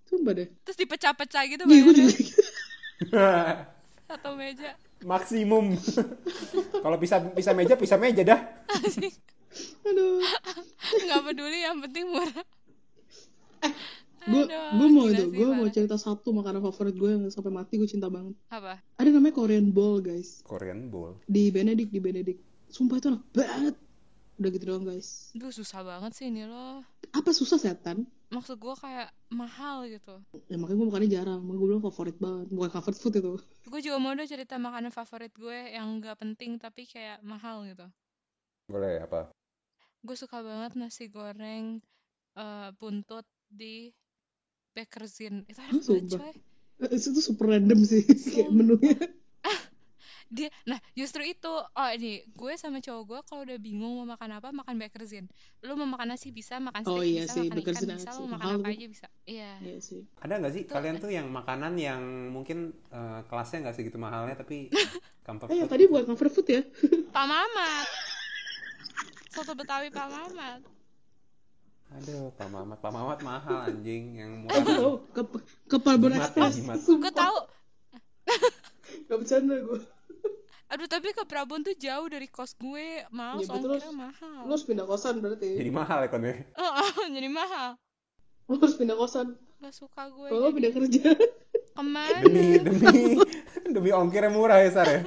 [SPEAKER 3] sumpah deh
[SPEAKER 1] Terus dipecah-pecah gitu
[SPEAKER 3] Iya, gue juga
[SPEAKER 1] bayarnya satu meja.
[SPEAKER 4] Maksimum. Kalau bisa bisa meja, bisa meja dah.
[SPEAKER 3] aduh
[SPEAKER 1] nggak peduli yang penting murah.
[SPEAKER 3] gue
[SPEAKER 1] Aduh,
[SPEAKER 3] gue Eh, mau
[SPEAKER 1] gila
[SPEAKER 3] itu
[SPEAKER 1] sih,
[SPEAKER 3] gue mau
[SPEAKER 1] parah.
[SPEAKER 3] cerita satu makanan favorit gue yang sampai mati gue cinta banget
[SPEAKER 1] Apa?
[SPEAKER 3] ada namanya Korean Ball guys
[SPEAKER 4] Korean bowl.
[SPEAKER 3] di Benedict di Benedict sumpah itu enak banget udah gitu doang guys
[SPEAKER 1] Duh susah banget sih ini lo.
[SPEAKER 3] apa susah setan
[SPEAKER 1] Maksud gue kayak mahal gitu.
[SPEAKER 3] ya makanya gue makannya jarang makanya gue bilang favorit banget bukan comfort food itu
[SPEAKER 1] Gue juga mau dong cerita makanan favorit gue yang nggak penting tapi kayak mahal gitu.
[SPEAKER 4] Boleh apa?
[SPEAKER 1] Gue suka banget nasi goreng eh, buntut di Bakerzin. Itu enak banget
[SPEAKER 3] sumpah.
[SPEAKER 1] coy.
[SPEAKER 3] Eh, itu super random sih kayak menunya
[SPEAKER 1] Dia, nah justru itu. Oh ini gue sama cowok gue kalau udah bingung mau makan apa makan Bakerzin. Lu mau makin nasi bisa, makan steak
[SPEAKER 3] Oh, iya
[SPEAKER 1] bisa,
[SPEAKER 3] sih,
[SPEAKER 1] makan
[SPEAKER 3] Bakerzin
[SPEAKER 1] ikan
[SPEAKER 3] enak
[SPEAKER 1] bisa,
[SPEAKER 3] sih.
[SPEAKER 1] lu makan
[SPEAKER 3] Mahal
[SPEAKER 1] apa
[SPEAKER 3] tuh.
[SPEAKER 1] aja bisa. Iya.
[SPEAKER 3] iya sih
[SPEAKER 4] Ada nggak sih
[SPEAKER 1] Itu-
[SPEAKER 4] kalian tuh yang makanan yang mungkin eh, kelasnya nggak segitu mahalnya tapi comfort
[SPEAKER 3] eh ya,
[SPEAKER 4] food?
[SPEAKER 3] tadi bukan comfort food ya
[SPEAKER 1] Pak Mamat. Soto Betawi Pak Mamat.
[SPEAKER 4] Aduh, Pak Mamat, Pak Mamat mahal anjing yang
[SPEAKER 3] eh gue
[SPEAKER 4] murah.
[SPEAKER 3] tau ke, ke Palembang
[SPEAKER 4] Jimat ya,
[SPEAKER 3] Express
[SPEAKER 4] jimat.
[SPEAKER 1] Gue
[SPEAKER 3] sumpah
[SPEAKER 1] tahu.
[SPEAKER 3] gak bercanda gue
[SPEAKER 1] Aduh tapi ke Prabon tuh jauh dari kos gue. Mau
[SPEAKER 3] Ya, betul.
[SPEAKER 1] ongkirnya
[SPEAKER 3] lo
[SPEAKER 1] mahal.
[SPEAKER 3] harus pindah kosan berarti
[SPEAKER 4] Jadi mahal ya konnya.
[SPEAKER 1] Oh, jadi mahal.
[SPEAKER 3] lo harus pindah kosan
[SPEAKER 1] Gak suka gue.
[SPEAKER 3] kalau lo
[SPEAKER 1] jadi.
[SPEAKER 3] pindah kerja
[SPEAKER 1] Kemana?
[SPEAKER 4] demi demi demi ongkirnya murah ya Sar ya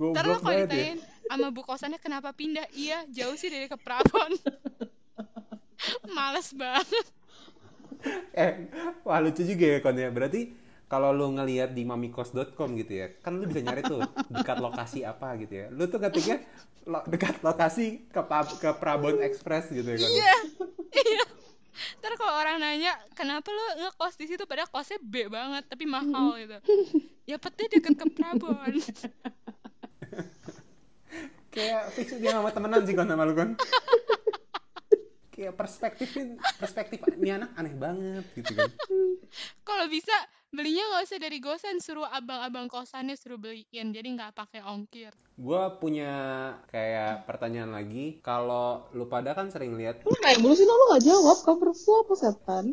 [SPEAKER 1] Ntar lo
[SPEAKER 4] goblok
[SPEAKER 1] kalau
[SPEAKER 4] banget ya
[SPEAKER 1] ditanyain sama bu kosannya kenapa pindah? Iya, jauh sih dari ke Prabon. Males banget.
[SPEAKER 4] eh wah lucu juga ya konnya berarti kalau lu ngelihat di mamikos.com gitu ya kan lu bisa nyari tuh dekat lokasi apa gitu ya lu tuh ketiknya lo- dekat lokasi ke Pa- ke Prabon Express gitu ya Kon.
[SPEAKER 1] Iya. Iya. Ntar kalau orang nanya, kenapa lo ngekos di situ padahal kosnya B banget tapi mahal gitu. Ya penting deket ke Prabon.
[SPEAKER 4] kayak fix dia sama temenan sih kon sama lu kon kayak perspektifin perspektif ini anak aneh banget gitu kan
[SPEAKER 1] Kalau bisa belinya nggak usah dari gosen, suruh abang-abang kosannya suruh beliin, jadi nggak pakai ongkir.
[SPEAKER 4] gue punya kayak pertanyaan lagi kalau lu pada kan sering lihat
[SPEAKER 3] lo kayak mulu sih lo lo gak jawab comfort food apa setan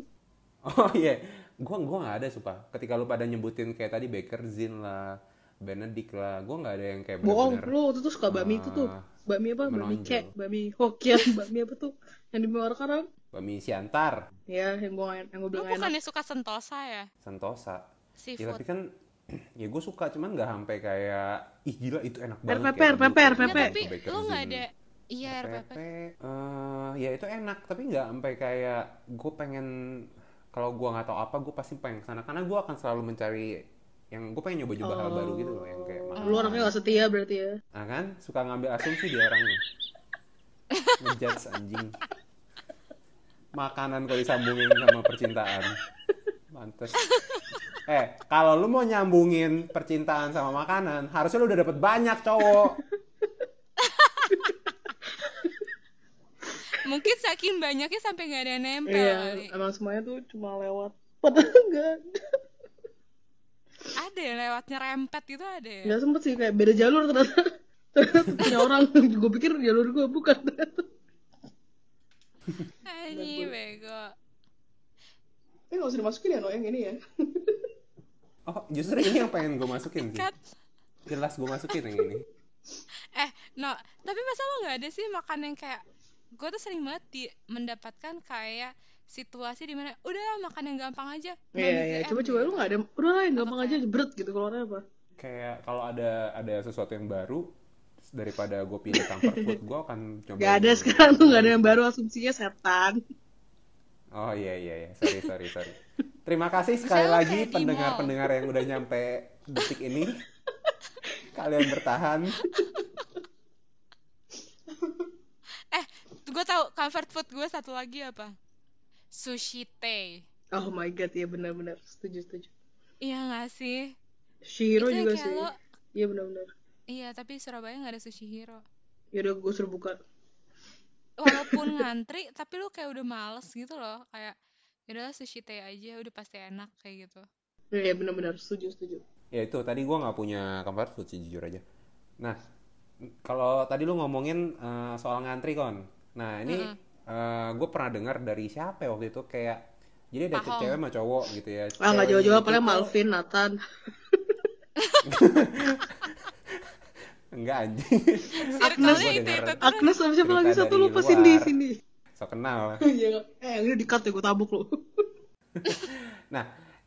[SPEAKER 4] Oh iya, gua gua nggak ada sumpah. Ketika lu pada nyebutin kayak tadi Baker Zin lah, Benedict lah, gua nggak ada yang kayak
[SPEAKER 3] bohong lo
[SPEAKER 4] bener-bener.
[SPEAKER 3] waktu itu suka bakmi itu tuh
[SPEAKER 4] Ah.
[SPEAKER 3] bakmi apa bakmi
[SPEAKER 4] Menonjol.
[SPEAKER 3] kek bakmi hokian bakmi apa tuh yang di Muara
[SPEAKER 4] Bami Siantar,
[SPEAKER 3] ya yang gue yang
[SPEAKER 1] Lu
[SPEAKER 3] gue bilang enak
[SPEAKER 1] bukannya suka sentosa ya?
[SPEAKER 4] Sentosa. Ya tapi
[SPEAKER 1] Seafood.
[SPEAKER 4] kan, ya gue suka cuman nggak sampai kayak, ih gila itu enak
[SPEAKER 3] Per- per-
[SPEAKER 4] banget. kayak
[SPEAKER 3] per-
[SPEAKER 4] dulu
[SPEAKER 3] per-
[SPEAKER 4] kayak
[SPEAKER 1] Nggak,
[SPEAKER 3] Pepe.
[SPEAKER 1] tapi
[SPEAKER 4] gitu Baker
[SPEAKER 1] lu nggak
[SPEAKER 4] Zin.
[SPEAKER 1] ada... Iya,
[SPEAKER 4] RPP.
[SPEAKER 1] RPP.
[SPEAKER 4] Eh, ya itu enak, tapi nggak sampai kayak gue pengen kalau gue nggak tahu apa gue pasti pengen kesana karena gue akan selalu mencari yang gue pengen nyoba-nyoba hal baru gitu loh yang kayak
[SPEAKER 3] lu orangnya gak setia berarti ya
[SPEAKER 4] Nah kan, suka ngambil asumsi dia orangnya. Ngejudge anjing. Makanan kok disambungin sama percintaan. Mantes. eh kalau lu mau nyambungin percintaan sama makanan harusnya lu udah dapet banyak cowok
[SPEAKER 1] Mungkin saking banyaknya sampai nggak ada yang nempel kali.
[SPEAKER 3] Iya, emang semuanya tuh cuma lewat. Padahal enggak.
[SPEAKER 1] Iya. Ada yang lewat nyerempet gitu ada ya?
[SPEAKER 3] Enggak sempet sih, kayak beda jalur ternyata. Ternyata punya orang. gue pikir jalur gue bukan. ternyata.
[SPEAKER 4] Iya,
[SPEAKER 1] Anjing, bego.
[SPEAKER 3] Eh, nggak usah dimasukin ya, no, yang ini ya.
[SPEAKER 4] oh justru ini yang pengen gue masukin sih
[SPEAKER 1] Cut.
[SPEAKER 4] jelas gue masukin yang ini
[SPEAKER 1] Eh, no, tapi masa lo nggak ada sih makan yang kayak gue tuh sering banget di- mendapatkan kayak situasi di mana udahlah makan yang gampang aja.
[SPEAKER 3] Iya, iya. Coba-coba
[SPEAKER 1] gitu.
[SPEAKER 3] lu nggak ada. Udah lah, yang gampang aja, jebret gitu. Keluarnya apa?
[SPEAKER 4] kayak kalau ada ada sesuatu yang baru daripada gue pilih comfort food gue akan coba
[SPEAKER 3] Gak ada
[SPEAKER 4] yang-
[SPEAKER 3] sekarang tuh gak ada yang baru asumsinya setan.
[SPEAKER 4] oh iya iya iya sorry sorry sorry terima kasih sekali
[SPEAKER 1] Misalnya
[SPEAKER 4] lagi
[SPEAKER 1] kayak di mall.
[SPEAKER 4] pendengar pendengar yang udah nyampe detik ini kalian bertahan
[SPEAKER 1] Gue tahu comfort food gue satu lagi apa? Sushi teh.
[SPEAKER 3] Oh my god, ya benar-benar setuju setuju.
[SPEAKER 1] Iya nggak sih?
[SPEAKER 3] Shiro
[SPEAKER 1] Itu yang
[SPEAKER 3] juga
[SPEAKER 1] kayak
[SPEAKER 3] sih.
[SPEAKER 1] lo,
[SPEAKER 3] Iya benar-benar.
[SPEAKER 1] iya tapi Surabaya nggak ada sushi hero.
[SPEAKER 3] Ya udah gue suruh buka.
[SPEAKER 1] Walaupun ngantri, tapi lu kayak udah males gitu loh, kayak ya udahlah sushi teh aja, udah pasti enak kayak gitu.
[SPEAKER 3] Iya benar-benar setuju setuju.
[SPEAKER 4] ya itu tadi gue nggak punya comfort food sih jujur aja nah kalau tadi lu ngomongin eh, soal ngantri kon nah ini gue pernah dengar dari siapa ya waktu itu kayak jadi ada
[SPEAKER 1] Paham.
[SPEAKER 4] cewek sama cowok gitu ya
[SPEAKER 3] Ah nggak
[SPEAKER 4] Ceweknya
[SPEAKER 3] jauh-jauh
[SPEAKER 4] itu
[SPEAKER 3] paling
[SPEAKER 4] tuh-
[SPEAKER 3] Malvin, Nathan.
[SPEAKER 4] enggak anjing
[SPEAKER 1] Circle-nya
[SPEAKER 4] gua
[SPEAKER 1] Iya, itu
[SPEAKER 4] denger.
[SPEAKER 1] itu terus.
[SPEAKER 3] Agnes sama siapa
[SPEAKER 4] Cerita
[SPEAKER 3] lagi satu
[SPEAKER 4] dari
[SPEAKER 3] lupa
[SPEAKER 4] luar.
[SPEAKER 3] Cindy Cindy.
[SPEAKER 4] so kenal lah.
[SPEAKER 3] Iya eh yang ini di cut ya gue tabuk lo.
[SPEAKER 4] Nah,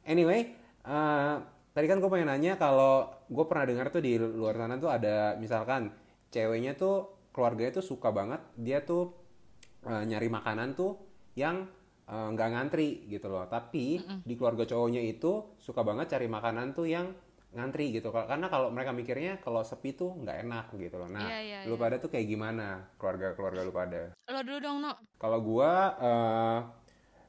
[SPEAKER 4] anyway, eh, tadi kan gue pengen nanya kalau gue pernah dengar tuh di luar sana tuh ada misalkan ceweknya tuh keluarganya tuh suka banget dia tuh eh, nyari makanan tuh yang eh, nggak ngantri gitu loh. Tapi di keluarga cowoknya itu suka banget cari makanan tuh yang ngantri gitu karena kalau mereka mikirnya kalau sepi tuh nggak enak gitu loh. Nah,
[SPEAKER 1] Iya, iya,
[SPEAKER 4] lu
[SPEAKER 1] iya.
[SPEAKER 4] pada tuh kayak gimana keluarga-keluarga lu pada?
[SPEAKER 1] Lo dulu dong, No.
[SPEAKER 4] Kalau gua eh,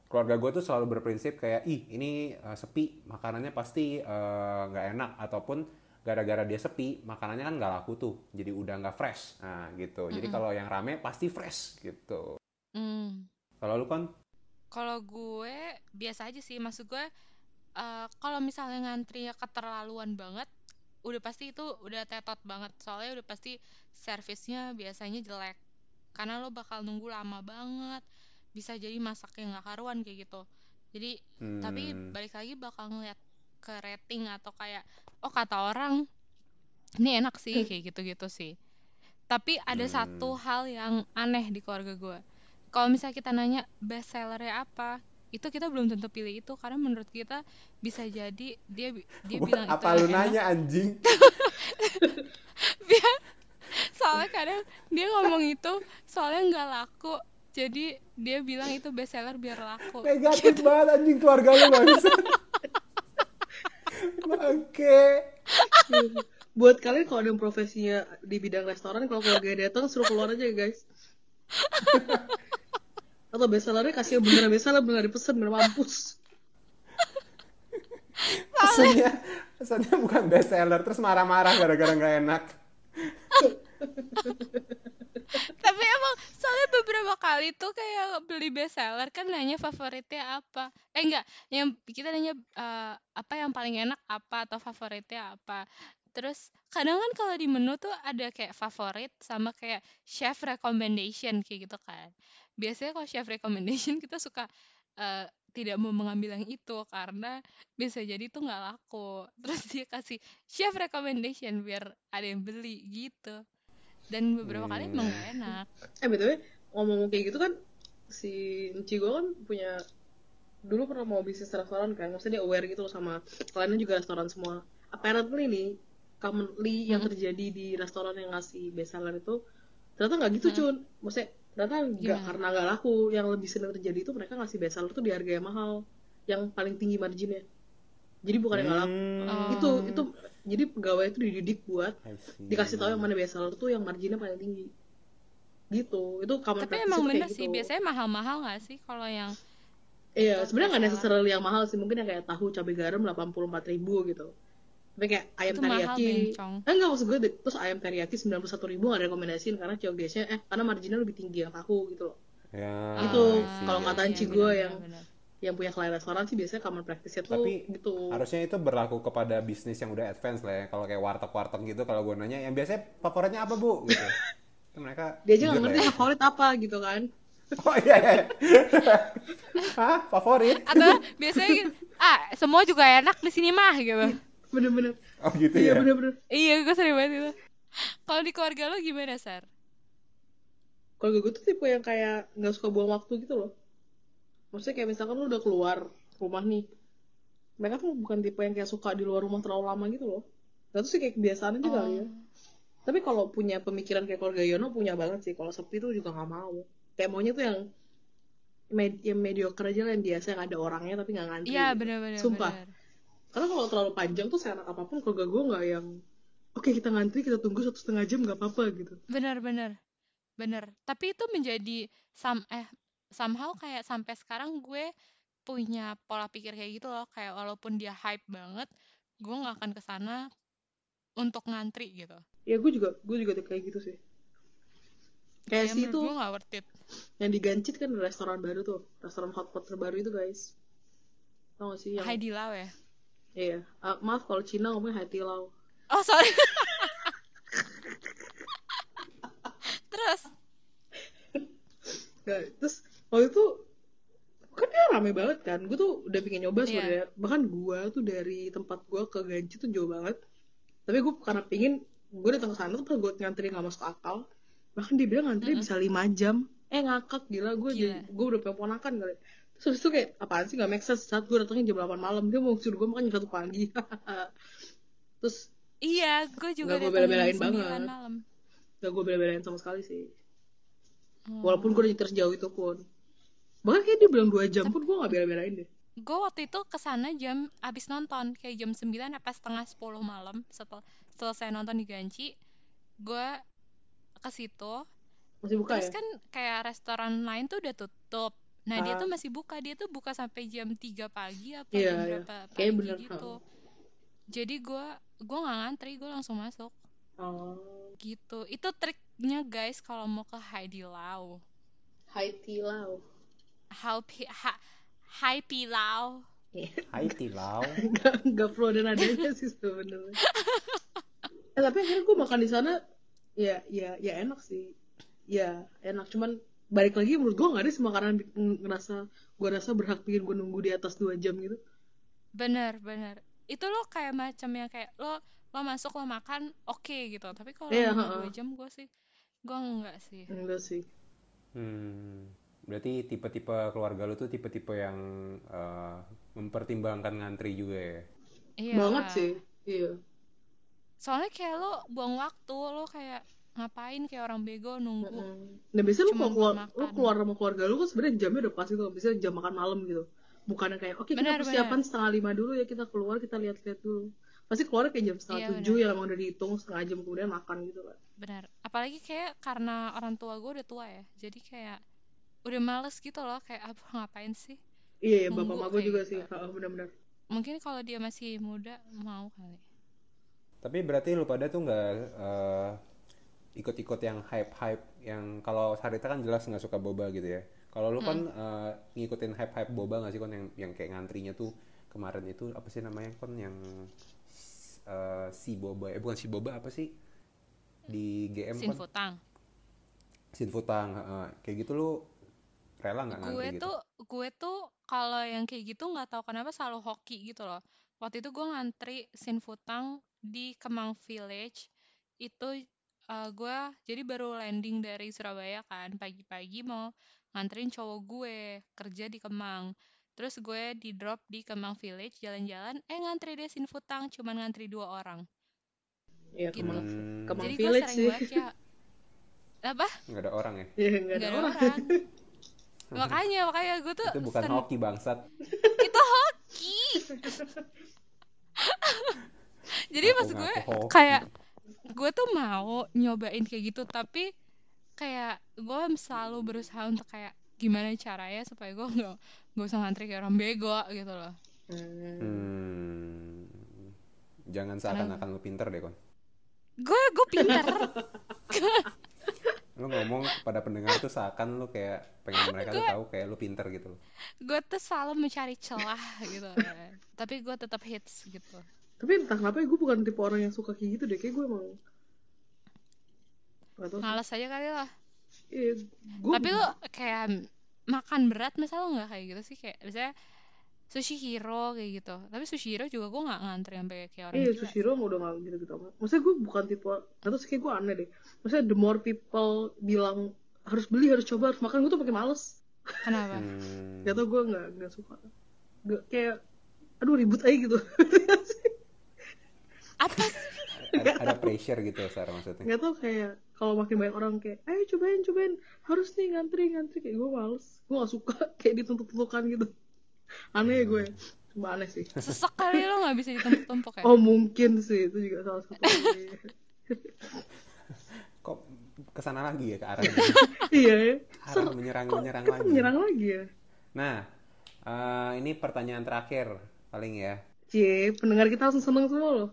[SPEAKER 4] keluarga gua tuh selalu berprinsip kayak ih ini eh, sepi makanannya pasti eh, nggak enak ataupun gara-gara dia sepi makanannya kan nggak laku tuh jadi udah nggak fresh nah gitu jadi
[SPEAKER 1] Mm-mm.
[SPEAKER 4] kalau yang rame pasti fresh gitu
[SPEAKER 1] Hmm.
[SPEAKER 4] kalau lu kan
[SPEAKER 1] Kalau gue biasa aja sih, maksud gue eh, kalau misalnya ngantri keterlaluan banget, udah pasti itu udah tetot banget. Soalnya udah pasti servisnya biasanya jelek. Karena lo bakal nunggu lama banget, bisa jadi masaknya nggak karuan kayak gitu. Jadi
[SPEAKER 4] hmm,
[SPEAKER 1] tapi balik lagi bakal ngeliat ke rating atau kayak oh kata orang ini enak sih kayak gitu-gitu sih tapi ada
[SPEAKER 4] Hmm.
[SPEAKER 1] satu hal yang aneh di keluarga gue kalau misalnya kita nanya best sellernya apa itu kita belum tentu pilih itu karena menurut kita bisa jadi dia bi- dia
[SPEAKER 4] Buat
[SPEAKER 1] bilang itu ya.
[SPEAKER 4] apa lu
[SPEAKER 1] yang enak.
[SPEAKER 4] nanya anjing
[SPEAKER 1] soalnya kadang dia ngomong itu soalnya nggak laku jadi dia bilang itu best seller biar laku
[SPEAKER 4] negatif banget anjing keluarga lu bangsa oke
[SPEAKER 3] Buat kalian kalau ada yang profesinya di bidang restoran kalau keluarga datang suruh keluar aja guys. Atau bestsellernya kasih yang beneran bestseller beneran dipesan bener mampus.
[SPEAKER 4] pesannya pesannya bukan best seller terus marah-marah gara-gara nggak enak
[SPEAKER 1] Tapi emang soalnya beberapa kali tuh kayak beli best seller kan nanya favoritnya apa. Eh enggak, yang kita nanya eh, apa yang paling enak apa atau favoritnya apa. Terus kadang kan kalau di menu tuh ada kayak favorit sama kayak chef recommendation kayak gitu kan. Biasanya kalau chef recommendation kita suka eh, tidak mau mengambil yang itu karena bisa jadi tuh nggak laku. Terus dia kasih chef recommendation biar ada yang beli gitu. Dan beberapa kali emang nggak enak.
[SPEAKER 3] Eh btw ngomong kayak gitu kan si Enci gue kan punya dulu pernah mau bisnis restoran kan, maksudnya dia aware gitu loh sama kliennya juga restoran semua. Apparently nih commonly yang terjadi di restoran yang ngasih bestseller itu ternyata nggak gitu cun, maksudnya ternyata nggak
[SPEAKER 1] Gimana?
[SPEAKER 3] karena nggak laku. Yang lebih sering terjadi itu mereka ngasih bestseller tuh di harga yang mahal, yang paling tinggi marginnya. Jadi bukan yang nggak
[SPEAKER 4] Hmm.
[SPEAKER 3] laku.
[SPEAKER 1] Oh.
[SPEAKER 3] Itu itu jadi pegawai itu dididik buat
[SPEAKER 4] I see.
[SPEAKER 3] dikasih tahu yang mana bestseller tuh yang marginnya paling tinggi gitu itu common
[SPEAKER 1] Tapi
[SPEAKER 3] practice
[SPEAKER 1] emang
[SPEAKER 3] tuh kayak
[SPEAKER 1] bener
[SPEAKER 3] gitu.
[SPEAKER 1] sih, biasanya mahal-mahal nggak sih kalau yang
[SPEAKER 3] Iya,
[SPEAKER 1] Itu
[SPEAKER 3] sebenarnya nggak
[SPEAKER 1] masalah.
[SPEAKER 3] necessarily yang mahal sih, mungkin yang kayak tahu cabai garam 84.000 gitu. Tapi kayak ayam
[SPEAKER 1] Itu mahal,
[SPEAKER 3] teriyaki,
[SPEAKER 1] bencong.
[SPEAKER 3] eh enggak maksud gue, di- terus ayam teriyaki 91.000 ribu nggak rekomendasiin karena ciogesnya, eh karena marginnya lebih tinggi yang tahu gitu loh.
[SPEAKER 4] Ya,
[SPEAKER 3] Itu,
[SPEAKER 4] I see.
[SPEAKER 3] kalau
[SPEAKER 1] nggak
[SPEAKER 3] ngatain
[SPEAKER 1] Oh, iya,
[SPEAKER 3] Cigo
[SPEAKER 1] benar,
[SPEAKER 3] yang-
[SPEAKER 1] benar, benar.
[SPEAKER 3] Yang punya klien restoran sih biasanya common practice-nya tuh
[SPEAKER 4] Tapi
[SPEAKER 3] gitu.
[SPEAKER 4] harusnya itu berlaku kepada bisnis yang udah advance lah ya. Kalau kayak warteg-warteg gitu kalau gue nanya yang biasanya favoritnya apa, Bu? gitu. Itu mereka
[SPEAKER 3] Dia aja nggak
[SPEAKER 4] jujur
[SPEAKER 3] ngerti
[SPEAKER 4] lah ya.
[SPEAKER 3] favorit apa gitu kan.
[SPEAKER 4] Oh iya iya. Hah, favorit?
[SPEAKER 1] Atau biasanya gitu, ah semua juga enak di sini mah gitu.
[SPEAKER 3] Bener-bener,
[SPEAKER 4] Oh gitu
[SPEAKER 3] iya
[SPEAKER 4] ya.
[SPEAKER 3] bener-bener.
[SPEAKER 1] Iya, gue sering banget itu. Kalau di keluarga lo gimana, Sar?
[SPEAKER 3] Keluarga gue tuh tipe yang kayak nggak suka buang waktu gitu loh. Maksudnya kayak misalkan lu udah keluar rumah nih, mereka tuh bukan tipe yang kayak suka di luar rumah terlalu lama gitu loh. Nah, itu sih kayak kebiasaan aja
[SPEAKER 1] Oh.
[SPEAKER 3] kali ya. Tapi kalau punya pemikiran kayak keluarga Yono punya banget sih. Kalau sepi tuh juga nggak mau. Kayak maunya tuh yang med yang mediocre aja lah, yang biasa yang ada orangnya tapi nggak ngantri.
[SPEAKER 1] Iya,
[SPEAKER 3] gitu.
[SPEAKER 1] benar-benar.
[SPEAKER 3] Sumpah.
[SPEAKER 1] benar.
[SPEAKER 3] Karena kalau terlalu panjang tuh seenak apapun keluarga gue nggak yang oke kita ngantri kita tunggu satu setengah jam nggak apa-apa gitu.
[SPEAKER 1] Benar-benar. Benar. Tapi itu menjadi sam eh somehow kayak sampai sekarang gue punya pola pikir kayak gitu loh, kayak walaupun dia hype banget, gue nggak akan ke sana untuk ngantri gitu.
[SPEAKER 3] Ya gue juga gue juga tuh kayak gitu sih. Kayak
[SPEAKER 1] Ya,
[SPEAKER 3] sih
[SPEAKER 1] menurut
[SPEAKER 3] tuh
[SPEAKER 1] gue nggak worth it.
[SPEAKER 3] yang digancit kan restoran baru tuh restoran hotpot terbaru itu guys. Tau gak sih yang
[SPEAKER 1] Hai Dilau ya.
[SPEAKER 3] Iya. Ah, maaf kalau Cina ngomongnya hati lau.
[SPEAKER 1] Oh, sorry. Terus,
[SPEAKER 3] Nah, terus waktu itu kan dia rame banget kan. Gue tuh udah pengen nyoba sebenarnya. Bahkan gue tuh dari tempat gue ke Ganci tuh jauh banget. Tapi gue karena pingin gue datang ke sana tuh pas gue ngantri nggak masuk akal. Bahkan dia bilang ngantri bisa lima jam. Eh ngakak gila gue
[SPEAKER 1] Gila.
[SPEAKER 3] gue udah pengen ponakan kali. Terus habis itu kayak apaan sih gak make sense saat gue datangnya jam 8 malam dia mau suruh gue makan jam 1 pagi. terus
[SPEAKER 1] iya, gue juga
[SPEAKER 3] Nggak gua
[SPEAKER 1] datang
[SPEAKER 3] bela-belain
[SPEAKER 1] jam 9
[SPEAKER 3] banget.
[SPEAKER 1] kan malam.
[SPEAKER 3] gak gue bela-belain sama sekali sih.
[SPEAKER 1] Hmm.
[SPEAKER 3] Walaupun gue udah nyetir sejauh itu pun. Bahkan kayak dia bilang 2 jam pun gue gak bela-belain deh.
[SPEAKER 1] gue waktu itu kesana jam abis nonton kayak jam 9 apa setengah 10 malam setel, selesai nonton di Ganci gue ke situ
[SPEAKER 3] Masih buka
[SPEAKER 1] terus
[SPEAKER 3] ya?
[SPEAKER 1] kan kayak restoran lain tuh udah tutup nah dia
[SPEAKER 3] Ah.
[SPEAKER 1] tuh masih buka dia tuh buka sampai jam 3 pagi apa
[SPEAKER 3] Iya,
[SPEAKER 1] jam
[SPEAKER 3] iya.
[SPEAKER 1] berapa
[SPEAKER 3] Kayaknya
[SPEAKER 1] pagi
[SPEAKER 3] bener, Oh.
[SPEAKER 1] gitu jadi gue gue nggak ngantri gue langsung masuk
[SPEAKER 3] Oh,
[SPEAKER 1] gitu itu triknya guys kalau mau ke Haidi Lau
[SPEAKER 3] Hai Tilau.
[SPEAKER 1] Hau Pi- Ha- Hai Pilau
[SPEAKER 4] Hai Tilau.
[SPEAKER 3] Gak, gak perlu ada nadanya sih sebenarnya. eh, tapi akhirnya gue makan di sana, ya, ya, ya enak sih. Ya enak, cuman balik lagi menurut gue gak ada sih makanan bi- ngerasa gue rasa berhak bikin gue nunggu di atas 2 jam gitu.
[SPEAKER 1] Bener, bener. Itu lo kayak macam yang kayak lo lo masuk lo makan oke gitu. Tapi kalau
[SPEAKER 3] Iya,
[SPEAKER 1] nunggu
[SPEAKER 3] heeh.
[SPEAKER 1] dua jam gue sih gue enggak sih.
[SPEAKER 3] Enggak sih.
[SPEAKER 4] Hmm. Berarti tipe-tipe keluarga lu tuh tipe-tipe yang eh, mempertimbangkan ngantri juga ya.
[SPEAKER 1] Iya.
[SPEAKER 3] Banget sih. Iya.
[SPEAKER 1] Soalnya kayak lo buang waktu, lo kayak ngapain kayak orang bego nunggu.
[SPEAKER 3] Mm-mm. Nah biasanya lu
[SPEAKER 1] Cuma
[SPEAKER 3] kalau keluar,
[SPEAKER 1] buat
[SPEAKER 3] lu
[SPEAKER 1] makan.
[SPEAKER 3] keluar sama keluarga lu kan sebenarnya jamnya udah pas gitu, biasanya jam makan malam gitu. Bukannya kayak, oke kita
[SPEAKER 1] Benar,
[SPEAKER 3] persiapan setengah lima dulu ya kita keluar kita lihat-lihat dulu. Pasti keluar kayak jam setengah
[SPEAKER 1] Iya,
[SPEAKER 3] tujuh yang emang udah dihitung setengah jam kemudian makan gitu kan.
[SPEAKER 1] Bener. Apalagi kayak karena orang tua gue udah tua ya. Jadi kayak udah males gitu loh kayak abu ngapain sih?
[SPEAKER 3] Iya ya bapak
[SPEAKER 1] Nunggu
[SPEAKER 3] mama gue
[SPEAKER 1] kayak
[SPEAKER 3] juga
[SPEAKER 1] gitu.
[SPEAKER 3] sih, heeh benar-benar.
[SPEAKER 1] Mungkin kalau dia masih muda mau kali.
[SPEAKER 4] Tapi berarti lu pada tuh nggak eh, ikut-ikut yang hype-hype yang kalau Sarita kan jelas nggak suka boba gitu ya. Kalau lu kan
[SPEAKER 1] Hmm.
[SPEAKER 4] eh, ngikutin hype-hype boba nggak sih kon yang yang kayak ngantrinya tuh kemarin itu apa sih namanya kon yang eh, si boba eh bukan si boba apa sih di GM kon
[SPEAKER 1] Sinfutang.
[SPEAKER 4] Sinfutang heeh. kayak gitu lu rela nggak ngantri
[SPEAKER 1] gue
[SPEAKER 4] gitu?
[SPEAKER 1] tuh gue tuh kalau yang kayak gitu nggak tahu kenapa selalu hoki gitu loh waktu itu gue ngantri Sinfutang di Kemang Village itu eh, gue jadi baru landing dari Surabaya kan pagi-pagi mau nganterin cowok gue kerja di Kemang terus gue di drop di Kemang Village jalan-jalan eh ngantri deh Sinfutang cuman ngantri dua orang
[SPEAKER 3] Iya
[SPEAKER 1] Gitu.
[SPEAKER 3] kemang,
[SPEAKER 4] Hmm.
[SPEAKER 3] kemang
[SPEAKER 1] jadi gue
[SPEAKER 3] village
[SPEAKER 1] sering banget
[SPEAKER 3] sih.
[SPEAKER 1] ya apa
[SPEAKER 4] Nggak ada orang ya?
[SPEAKER 3] Iya nggak ada
[SPEAKER 1] nggak ada
[SPEAKER 3] orang.
[SPEAKER 1] orang makanya makanya gue tuh
[SPEAKER 4] Itu bukan
[SPEAKER 1] sering-
[SPEAKER 4] hoki bangsat.
[SPEAKER 1] itu hoki jadi
[SPEAKER 4] Ngaku-
[SPEAKER 1] maksud gue
[SPEAKER 4] ngaku hoki.
[SPEAKER 1] kayak gue tuh mau nyobain kayak gitu tapi kayak gue selalu berusaha untuk kayak gimana caranya supaya gue nggak nggak usah ngantri kayak orang bego gitu loh
[SPEAKER 3] Hmm.
[SPEAKER 4] Hmm. Jangan seakan-akan lu pinter deh, Kon.
[SPEAKER 1] gue gue pinter
[SPEAKER 4] Lu ngomong pada pendengar tuh seakan lu kayak pengen mereka tuh tahu kayak lu pinter gitu loh.
[SPEAKER 1] gue tuh selalu mencari celah gitu tapi gue tetap hits gitu
[SPEAKER 3] Tapi entah kenapa ya, gue bukan tipe orang yang suka kayak gitu deh. Kayak gue emang Gak tau.
[SPEAKER 1] males aja kali lah
[SPEAKER 3] Iya, gue
[SPEAKER 1] tapi lo kayak makan berat masa lo nggak kayak gitu sih kayak misalnya sushi hero kayak gitu tapi sushi hero juga gue nggak ngantri sampai kayak orang
[SPEAKER 3] Iya,
[SPEAKER 1] gila.
[SPEAKER 3] Sushiro mah udah gak gitu-gitu amat. Maksudnya gue bukan tipe, gak tau sih kayak gue aneh deh. Maksudnya the more people bilang harus beli, harus coba, harus makan, gue tuh pakai males.
[SPEAKER 1] kenapa
[SPEAKER 4] Hmm.
[SPEAKER 3] Gak tau gue gak, nggak suka. Gak kayak, aduh ribut aja gitu.
[SPEAKER 1] apa
[SPEAKER 4] Ada, ada pressure gitu, Sar maksudnya.
[SPEAKER 3] gak tau kayak, kalau makin banyak orang kayak, ayo cobain, cobain, harus nih ngantri, ngantri. Kayak gue males, gue gak suka kayak dituntut-tuntukan gitu. Aneh ya gue, cuma aneh sih.
[SPEAKER 1] sesek kali lo nggak bisa ditumpuk-tumpuk ya
[SPEAKER 3] Oh mungkin sih, itu juga salah satu.
[SPEAKER 4] Kok kesana lagi ya ke arah
[SPEAKER 3] iya ya.
[SPEAKER 4] arah menyerang menyerang
[SPEAKER 3] Kita
[SPEAKER 4] lagi.
[SPEAKER 3] menyerang lagi ya.
[SPEAKER 4] Nah, eh, ini pertanyaan terakhir paling ya.
[SPEAKER 3] Cie, pendengar kita langsung seneng semua loh.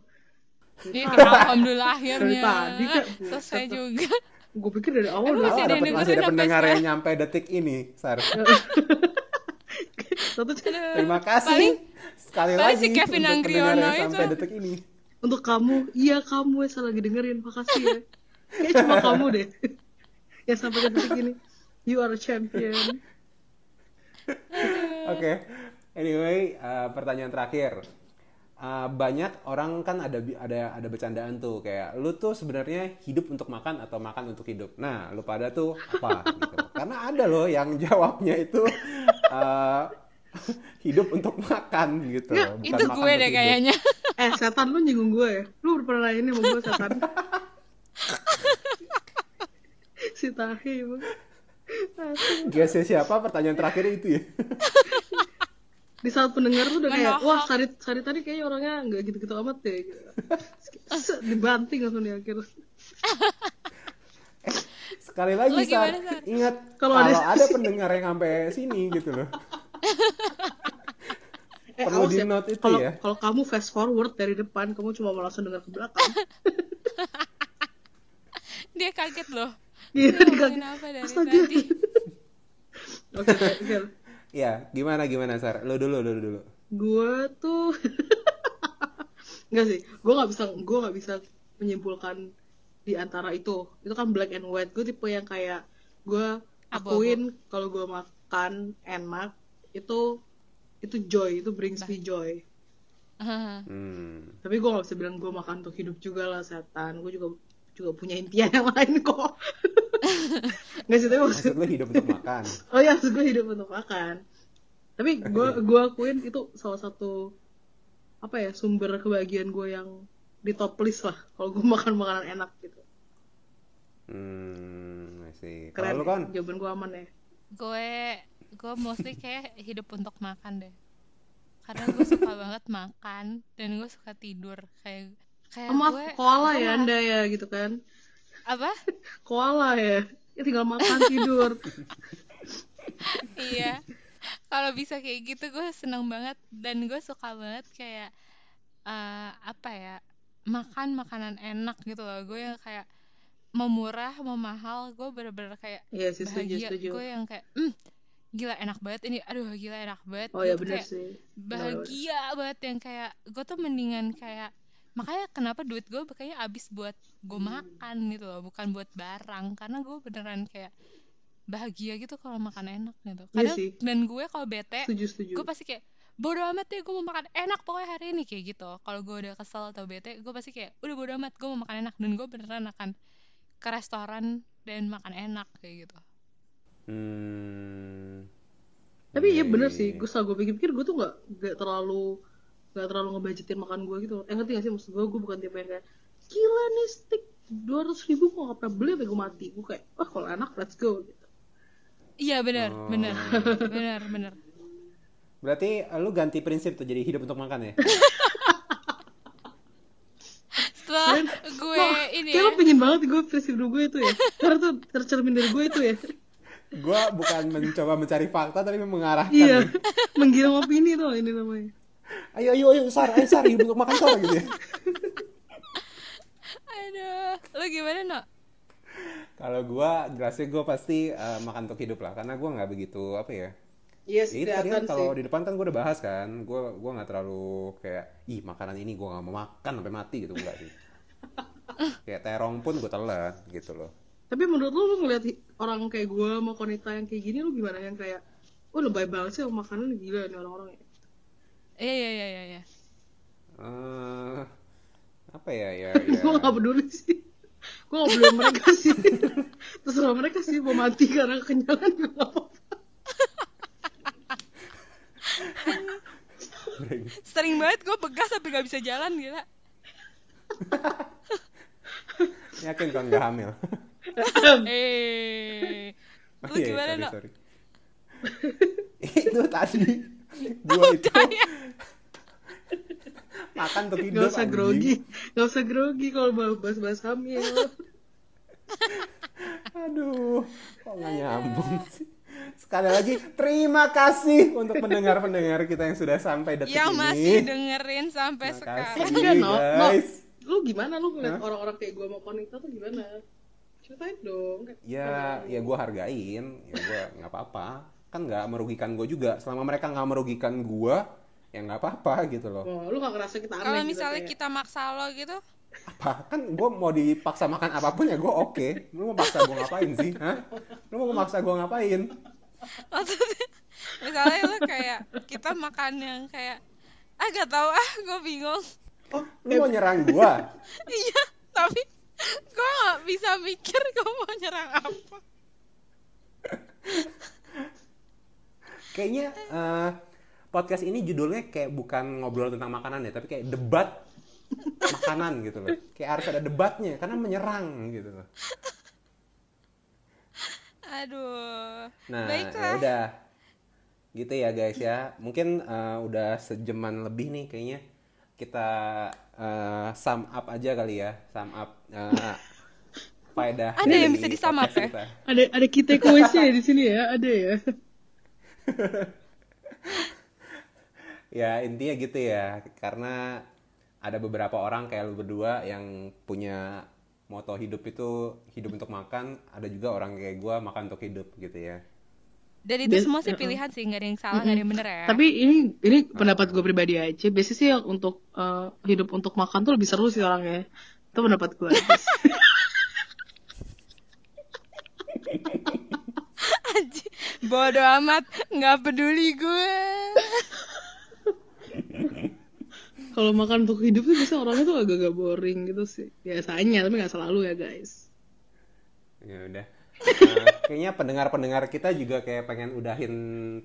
[SPEAKER 1] Iya, alhamdulillah
[SPEAKER 3] Dari
[SPEAKER 1] akhirnya
[SPEAKER 3] tadi kan
[SPEAKER 1] selesai juga
[SPEAKER 3] Gue pikir dari
[SPEAKER 1] Emang
[SPEAKER 3] awal udah
[SPEAKER 1] masih ada
[SPEAKER 4] Kalau
[SPEAKER 1] yang
[SPEAKER 4] dapet- masih
[SPEAKER 1] dengerin
[SPEAKER 4] ada
[SPEAKER 1] sampai
[SPEAKER 4] pendengar
[SPEAKER 1] sekarang.
[SPEAKER 4] yang nyampe detik ini, Sar.
[SPEAKER 3] satu c-
[SPEAKER 4] Terima kasih
[SPEAKER 1] Paling-
[SPEAKER 4] sekali
[SPEAKER 1] paling
[SPEAKER 4] lagi
[SPEAKER 1] si Kevin
[SPEAKER 4] untuk
[SPEAKER 1] Anggriono
[SPEAKER 4] pendengar yang
[SPEAKER 1] itu.
[SPEAKER 4] sampai detik ini.
[SPEAKER 3] untuk kamu. Iya kamu yang lagi dengerin, makasih ya. Kayaknya cuma kamu deh. yang sampai ke detik ini. You are a champion.
[SPEAKER 4] Oke. Anyway, eh, pertanyaan terakhir. Eh, banyak orang kan ada bi- ada ada bercandaan tuh kayak lu tuh sebenarnya hidup untuk makan atau makan untuk hidup. Nah, lu pada tuh apa gitu. Karena ada loh yang jawabnya itu eh, hidup untuk makan gitu.
[SPEAKER 3] Ya,
[SPEAKER 4] bukan
[SPEAKER 1] itu
[SPEAKER 4] makan
[SPEAKER 1] gue
[SPEAKER 4] untuk
[SPEAKER 1] deh
[SPEAKER 4] hidup.
[SPEAKER 1] kayaknya
[SPEAKER 3] Eh setan lu nyinggung gue ya. Lu pernah nanya ini sama gue setan. si tahi emang. Asli.
[SPEAKER 4] Guess ya siapa pertanyaan terakhir itu ya?
[SPEAKER 3] Di saat pendengar tuh udah kayak,
[SPEAKER 1] Menohok.
[SPEAKER 3] wah Sari, Sari tadi kayaknya orangnya nggak gitu-gitu amat deh. Set, Dibanting langsung di akhir.
[SPEAKER 4] Sekali lagi
[SPEAKER 1] Lu
[SPEAKER 4] Sar,
[SPEAKER 1] gimana, Sar?
[SPEAKER 4] ingat
[SPEAKER 3] Kalau
[SPEAKER 4] kalau
[SPEAKER 3] ada-
[SPEAKER 4] ada... pendengar yang sampai sini gitu loh.
[SPEAKER 3] Eh,
[SPEAKER 4] Perlu
[SPEAKER 3] awas
[SPEAKER 4] di
[SPEAKER 3] ya,
[SPEAKER 4] note itu
[SPEAKER 3] kalau,
[SPEAKER 4] ya.
[SPEAKER 3] Kalau kamu fast forward dari depan, kamu cuma mau langsung dengar ke belakang.
[SPEAKER 1] dia kaget loh
[SPEAKER 3] Iya,
[SPEAKER 1] Dia
[SPEAKER 3] dikagak.
[SPEAKER 1] ngomongin apa dari
[SPEAKER 3] Astaga.
[SPEAKER 1] tadi
[SPEAKER 3] Oke, oke, oke.
[SPEAKER 4] Ya, gimana gimana Sar? Lu dulu, lu dulu.
[SPEAKER 3] Gue tuh nggak sih, gue nggak bisa, gue nggak bisa menyimpulkan di antara itu. Itu kan black and white. Gue tipe yang kayak gue
[SPEAKER 1] Abu-abu.
[SPEAKER 3] akuin kalau gue makan enak itu itu joy, itu brings me joy.
[SPEAKER 4] Hmm.
[SPEAKER 3] Tapi gue nggak bisa bilang gue makan untuk hidup juga lah setan. Gue juga juga punya impian yang lain kok. Nggak sih, tapi maksud
[SPEAKER 4] Maksud lu hidup untuk makan.
[SPEAKER 3] Oh iya, maksud gue hidup untuk makan. Tapi gue gua akuin itu salah satu apa ya sumber kebahagiaan gue yang di top list lah kalau gue makan makanan enak gitu.
[SPEAKER 4] Hmm, I see.
[SPEAKER 3] Keren.
[SPEAKER 4] Kalau lu kan?
[SPEAKER 3] ya. Jawaban gue aman ya.
[SPEAKER 1] Eh, gue gue mostly kayak hidup untuk makan deh karena gue suka banget makan dan gue suka tidur kayak kayak
[SPEAKER 3] Oh, maaf,
[SPEAKER 1] gue
[SPEAKER 3] koala
[SPEAKER 1] gue
[SPEAKER 3] ya
[SPEAKER 1] ngerasa-
[SPEAKER 3] anda ya gitu kan.
[SPEAKER 1] apa
[SPEAKER 3] Koala ya. Ya tinggal makan tidur.
[SPEAKER 1] iya kalau bisa kayak gitu gue seneng banget dan gue suka banget kayak eh, apa ya makan makanan enak gitu loh gue yang kayak mau murah mau mahal gue bener-bener kayak
[SPEAKER 3] Iya sih setuju
[SPEAKER 1] bahagia
[SPEAKER 3] setuju.
[SPEAKER 1] gue yang kayak "Mm, gila enak banget ini aduh gila enak banget
[SPEAKER 3] Oh
[SPEAKER 1] Gue
[SPEAKER 3] ya
[SPEAKER 1] tuh
[SPEAKER 3] benar
[SPEAKER 1] kayak
[SPEAKER 3] sih.
[SPEAKER 1] bahagia banget yang kayak gue tuh mendingan kayak makanya kenapa duit gue kayaknya abis buat gue
[SPEAKER 3] Hmm.
[SPEAKER 1] makan gitu loh bukan buat barang karena gue beneran kayak bahagia gitu kalau makan enak gitu kadang
[SPEAKER 3] Iya sih.
[SPEAKER 1] dan gue kalau bete
[SPEAKER 3] Setuju setuju.
[SPEAKER 1] gue pasti kayak bodo amat deh gue mau makan enak pokoknya hari ini kayak gitu kalau gue udah kesel atau bete gue pasti kayak udah bodo amat gue mau makan enak dan gue beneran akan ke restoran dan makan enak kayak gitu
[SPEAKER 4] Hmm.
[SPEAKER 3] Tapi iya bener
[SPEAKER 4] iya,
[SPEAKER 3] sih.
[SPEAKER 4] iya.
[SPEAKER 3] Gue setelah gue pikir-pikir gue tuh nggak nggak terlalu nggak terlalu ngebajetin makan gue gitu. Eh ngerti gak sih maksud gue? Gue bukan tipe yang kayak gila nih steak dua ratus ribu gue nggak pernah beli sampai gue mati. Gue kayak wah kalau enak let's go. Gitu.
[SPEAKER 1] iya bener
[SPEAKER 4] Oh.
[SPEAKER 1] bener bener bener
[SPEAKER 4] Berarti eh, lu ganti prinsip tuh jadi hidup untuk makan ya?
[SPEAKER 1] setelah gue
[SPEAKER 3] Wah,
[SPEAKER 1] ini
[SPEAKER 3] kayak
[SPEAKER 1] ya, Kan
[SPEAKER 3] lo pengen banget gue prinsip hidup gue itu ya. Karena tuh tercermin dari gue itu ya.
[SPEAKER 4] gue bukan mencoba mencari fakta tapi mengarahkan
[SPEAKER 1] ya.
[SPEAKER 3] Iya,
[SPEAKER 4] nih.
[SPEAKER 3] menggiring opini tuh ini namanya.
[SPEAKER 4] ayo ayo ayo sar ayo sar yuk, untuk makan sar gitu ya
[SPEAKER 1] Aduh, lu gimana, No?
[SPEAKER 4] kalau gue jelasnya gue pasti eh, makan untuk hidup lah karena gue nggak begitu apa ya
[SPEAKER 3] Iya
[SPEAKER 4] Ya,
[SPEAKER 3] sih,
[SPEAKER 4] itu tadi
[SPEAKER 3] kelihatan
[SPEAKER 4] kan
[SPEAKER 3] sih.
[SPEAKER 4] kalau di depan kan gue udah bahas kan gue gua nggak terlalu kayak ih makanan ini gue nggak mau makan sampai mati gitu enggak sih kayak terong pun gue telan gitu loh
[SPEAKER 3] Tapi menurut lu, lu ngeliat orang kayak gue mau konita yang kayak gini, lu gimana yang kayak, oh lebay banget sih sama makanan gila nih orang-orang ya.
[SPEAKER 1] Iya, iya, iya, iya, iya.
[SPEAKER 4] eh apa ya ya,
[SPEAKER 3] gue
[SPEAKER 4] ya.
[SPEAKER 3] gak peduli sih. Gue gak peduli mereka sih. Terserah mereka sih mau mati karena kekenyangan juga gak apa-apa.
[SPEAKER 1] Sering banget gue begas sampai gak bisa jalan, gila.
[SPEAKER 4] yakin kan nggak hamil
[SPEAKER 1] Eh. Lu
[SPEAKER 4] Iya, iya,
[SPEAKER 1] gimana,
[SPEAKER 4] sorry,
[SPEAKER 1] No?
[SPEAKER 4] sorry. itu tadi gue itu makan untuk hidup
[SPEAKER 3] ya. Gak usah
[SPEAKER 4] anjing.
[SPEAKER 3] grogi. Gak usah grogi kalau bahas-bahas hamil.
[SPEAKER 4] Aduh, kok nggak nyambung sih? Sekali lagi, terima kasih untuk pendengar-pendengar kita yang sudah sampai detik
[SPEAKER 1] Yang
[SPEAKER 4] ini.
[SPEAKER 1] masih dengerin sampai
[SPEAKER 4] Makasih.
[SPEAKER 1] sekarang.
[SPEAKER 3] Eh, enggak, no, no.
[SPEAKER 4] guys.
[SPEAKER 3] Lu gimana? Lu ngeliat
[SPEAKER 4] Hah?
[SPEAKER 3] orang-orang kayak gue mau konita tuh gimana? Ceritain dong.
[SPEAKER 4] Ya, ya gue hargain. Ya gue nggak apa-apa. Kan nggak merugikan gue juga. Selama mereka nggak merugikan gue, ya nggak apa-apa gitu loh.
[SPEAKER 3] Wah, lu gak ngerasa kita aneh
[SPEAKER 1] Kalau
[SPEAKER 3] gitu,
[SPEAKER 1] misalnya
[SPEAKER 3] kayak-
[SPEAKER 1] kita maksa lo gitu,
[SPEAKER 4] Apa? Kan gue mau dipaksa makan apapun ya gue oke. Lu mau paksa gue ngapain sih? Hah? Lu mau maksa gue ngapain?
[SPEAKER 1] maksudnya misalnya lo kayak kita makan yang kayak ah gak tahu ah gue bingung.
[SPEAKER 3] Oh,
[SPEAKER 4] Lu mau nyerang gue?
[SPEAKER 1] Iya, tapi gue gak bisa mikir gue mau nyerang apa.
[SPEAKER 4] Kayaknya eh, podcast ini judulnya kayak bukan ngobrol tentang makanan ya, tapi kayak debat makanan gitu loh. Kayak harus ada debatnya karena menyerang gitu loh.
[SPEAKER 1] Aduh.
[SPEAKER 4] Nah, ya
[SPEAKER 1] Baiklah.
[SPEAKER 4] udah. Gitu ya guys ya. Mungkin eh, udah sejaman lebih nih kayaknya. Kita eh, sum up aja kali ya. Sum up eh, faedah
[SPEAKER 1] Ada
[SPEAKER 4] dari
[SPEAKER 1] yang bisa di-sum up
[SPEAKER 4] podcast
[SPEAKER 1] ya?
[SPEAKER 4] kita.
[SPEAKER 3] ada ada kita kuisnya ya di sini ya, ada ya.
[SPEAKER 4] Ya intinya gitu ya, karena ada beberapa orang kayak lu berdua yang punya moto hidup itu hidup untuk makan, ada juga orang kayak gua makan untuk hidup gitu ya.
[SPEAKER 1] Dan itu
[SPEAKER 3] Bias-
[SPEAKER 1] semua sih
[SPEAKER 3] uh-uh.
[SPEAKER 1] pilihan sih, gak ada yang salah, gak ada yang bener ya.
[SPEAKER 3] Tapi ini ini pendapat gue pribadi aja. Biasanya sih yang untuk eh, hidup untuk makan tuh lebih seru sih orangnya. Itu pendapat gue.
[SPEAKER 1] Anjir, bodoh amat, nggak peduli gue.
[SPEAKER 3] Kalau makan untuk hidup tuh biasanya orangnya tuh agak-agak boring gitu sih. Biasanya, tapi nggak selalu ya guys.
[SPEAKER 4] Ya udah. Nah, kayaknya pendengar-pendengar kita juga kayak pengen udahin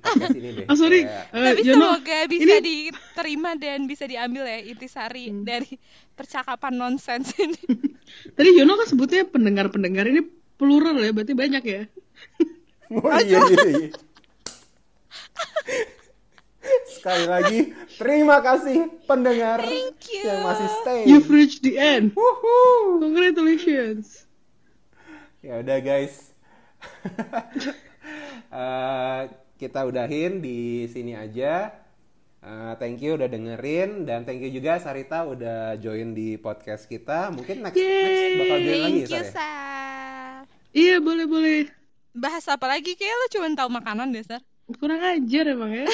[SPEAKER 4] podcast ini deh.
[SPEAKER 3] Ah sorry,
[SPEAKER 4] Kayak-
[SPEAKER 3] Eh,
[SPEAKER 1] Iya. Tapi
[SPEAKER 3] Jono,
[SPEAKER 1] semoga bisa diterima dan bisa diambil ya intisari
[SPEAKER 4] Hmm.
[SPEAKER 1] dari percakapan nonsens ini.
[SPEAKER 3] tadi Jono kan sebutnya pendengar-pendengar ini plural ya, berarti banyak ya.
[SPEAKER 4] Oh iya iya iya. Sekali lagi, terima kasih pendengar
[SPEAKER 1] Thank you.
[SPEAKER 4] yang masih
[SPEAKER 1] Iya.
[SPEAKER 4] stay.
[SPEAKER 3] You've reached the end.
[SPEAKER 4] Woohoo.
[SPEAKER 3] Congratulations.
[SPEAKER 4] Ya udah guys. Eh, kita udahin di sini aja. Eh, thank you udah dengerin dan thank you juga Sarita udah join di podcast kita. Mungkin next, next bakal join lagi
[SPEAKER 1] Thank you,
[SPEAKER 4] Sar, ya?
[SPEAKER 1] Sar.
[SPEAKER 3] Iya, boleh-boleh.
[SPEAKER 1] Bahas apa lagi? Kayak lo cuma tahu makanan deh, Sar.
[SPEAKER 3] Kurang ajar emang ya.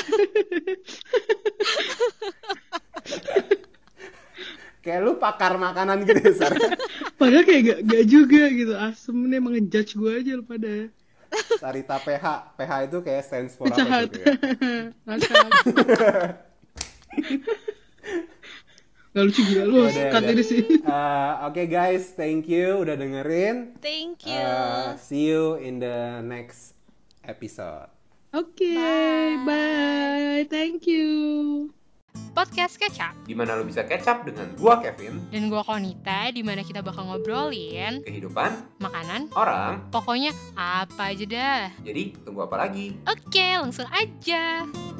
[SPEAKER 4] Kayak lu pakar makanan gitu ya, Sar.
[SPEAKER 3] Padahal kayak gak, gak juga gitu. Asem nih emang ngejudge gue aja lu pada.
[SPEAKER 4] Sarita PH. PH itu kayak stands for
[SPEAKER 3] Pecah
[SPEAKER 4] apa
[SPEAKER 3] hati.
[SPEAKER 4] gitu ya?
[SPEAKER 3] Ngakak. Gak lucu gila lu harus
[SPEAKER 4] Udah,
[SPEAKER 3] cut
[SPEAKER 4] udah.
[SPEAKER 3] ini sih.
[SPEAKER 4] Eh, Oke guys, thank you udah dengerin.
[SPEAKER 1] Thank you.
[SPEAKER 4] Eh, see you in the next episode.
[SPEAKER 3] Oke, bye. Thank you.
[SPEAKER 1] Podcast Kecap.
[SPEAKER 2] Gimana lo bisa kecap dengan gua Kevin?
[SPEAKER 1] Dan gua Konita, di mana kita bakal ngobrolin
[SPEAKER 2] Kehidupan
[SPEAKER 1] makanan,
[SPEAKER 2] orang.
[SPEAKER 1] pokoknya apa aja dah.
[SPEAKER 2] Jadi tunggu apa lagi?
[SPEAKER 1] Oke, langsung aja.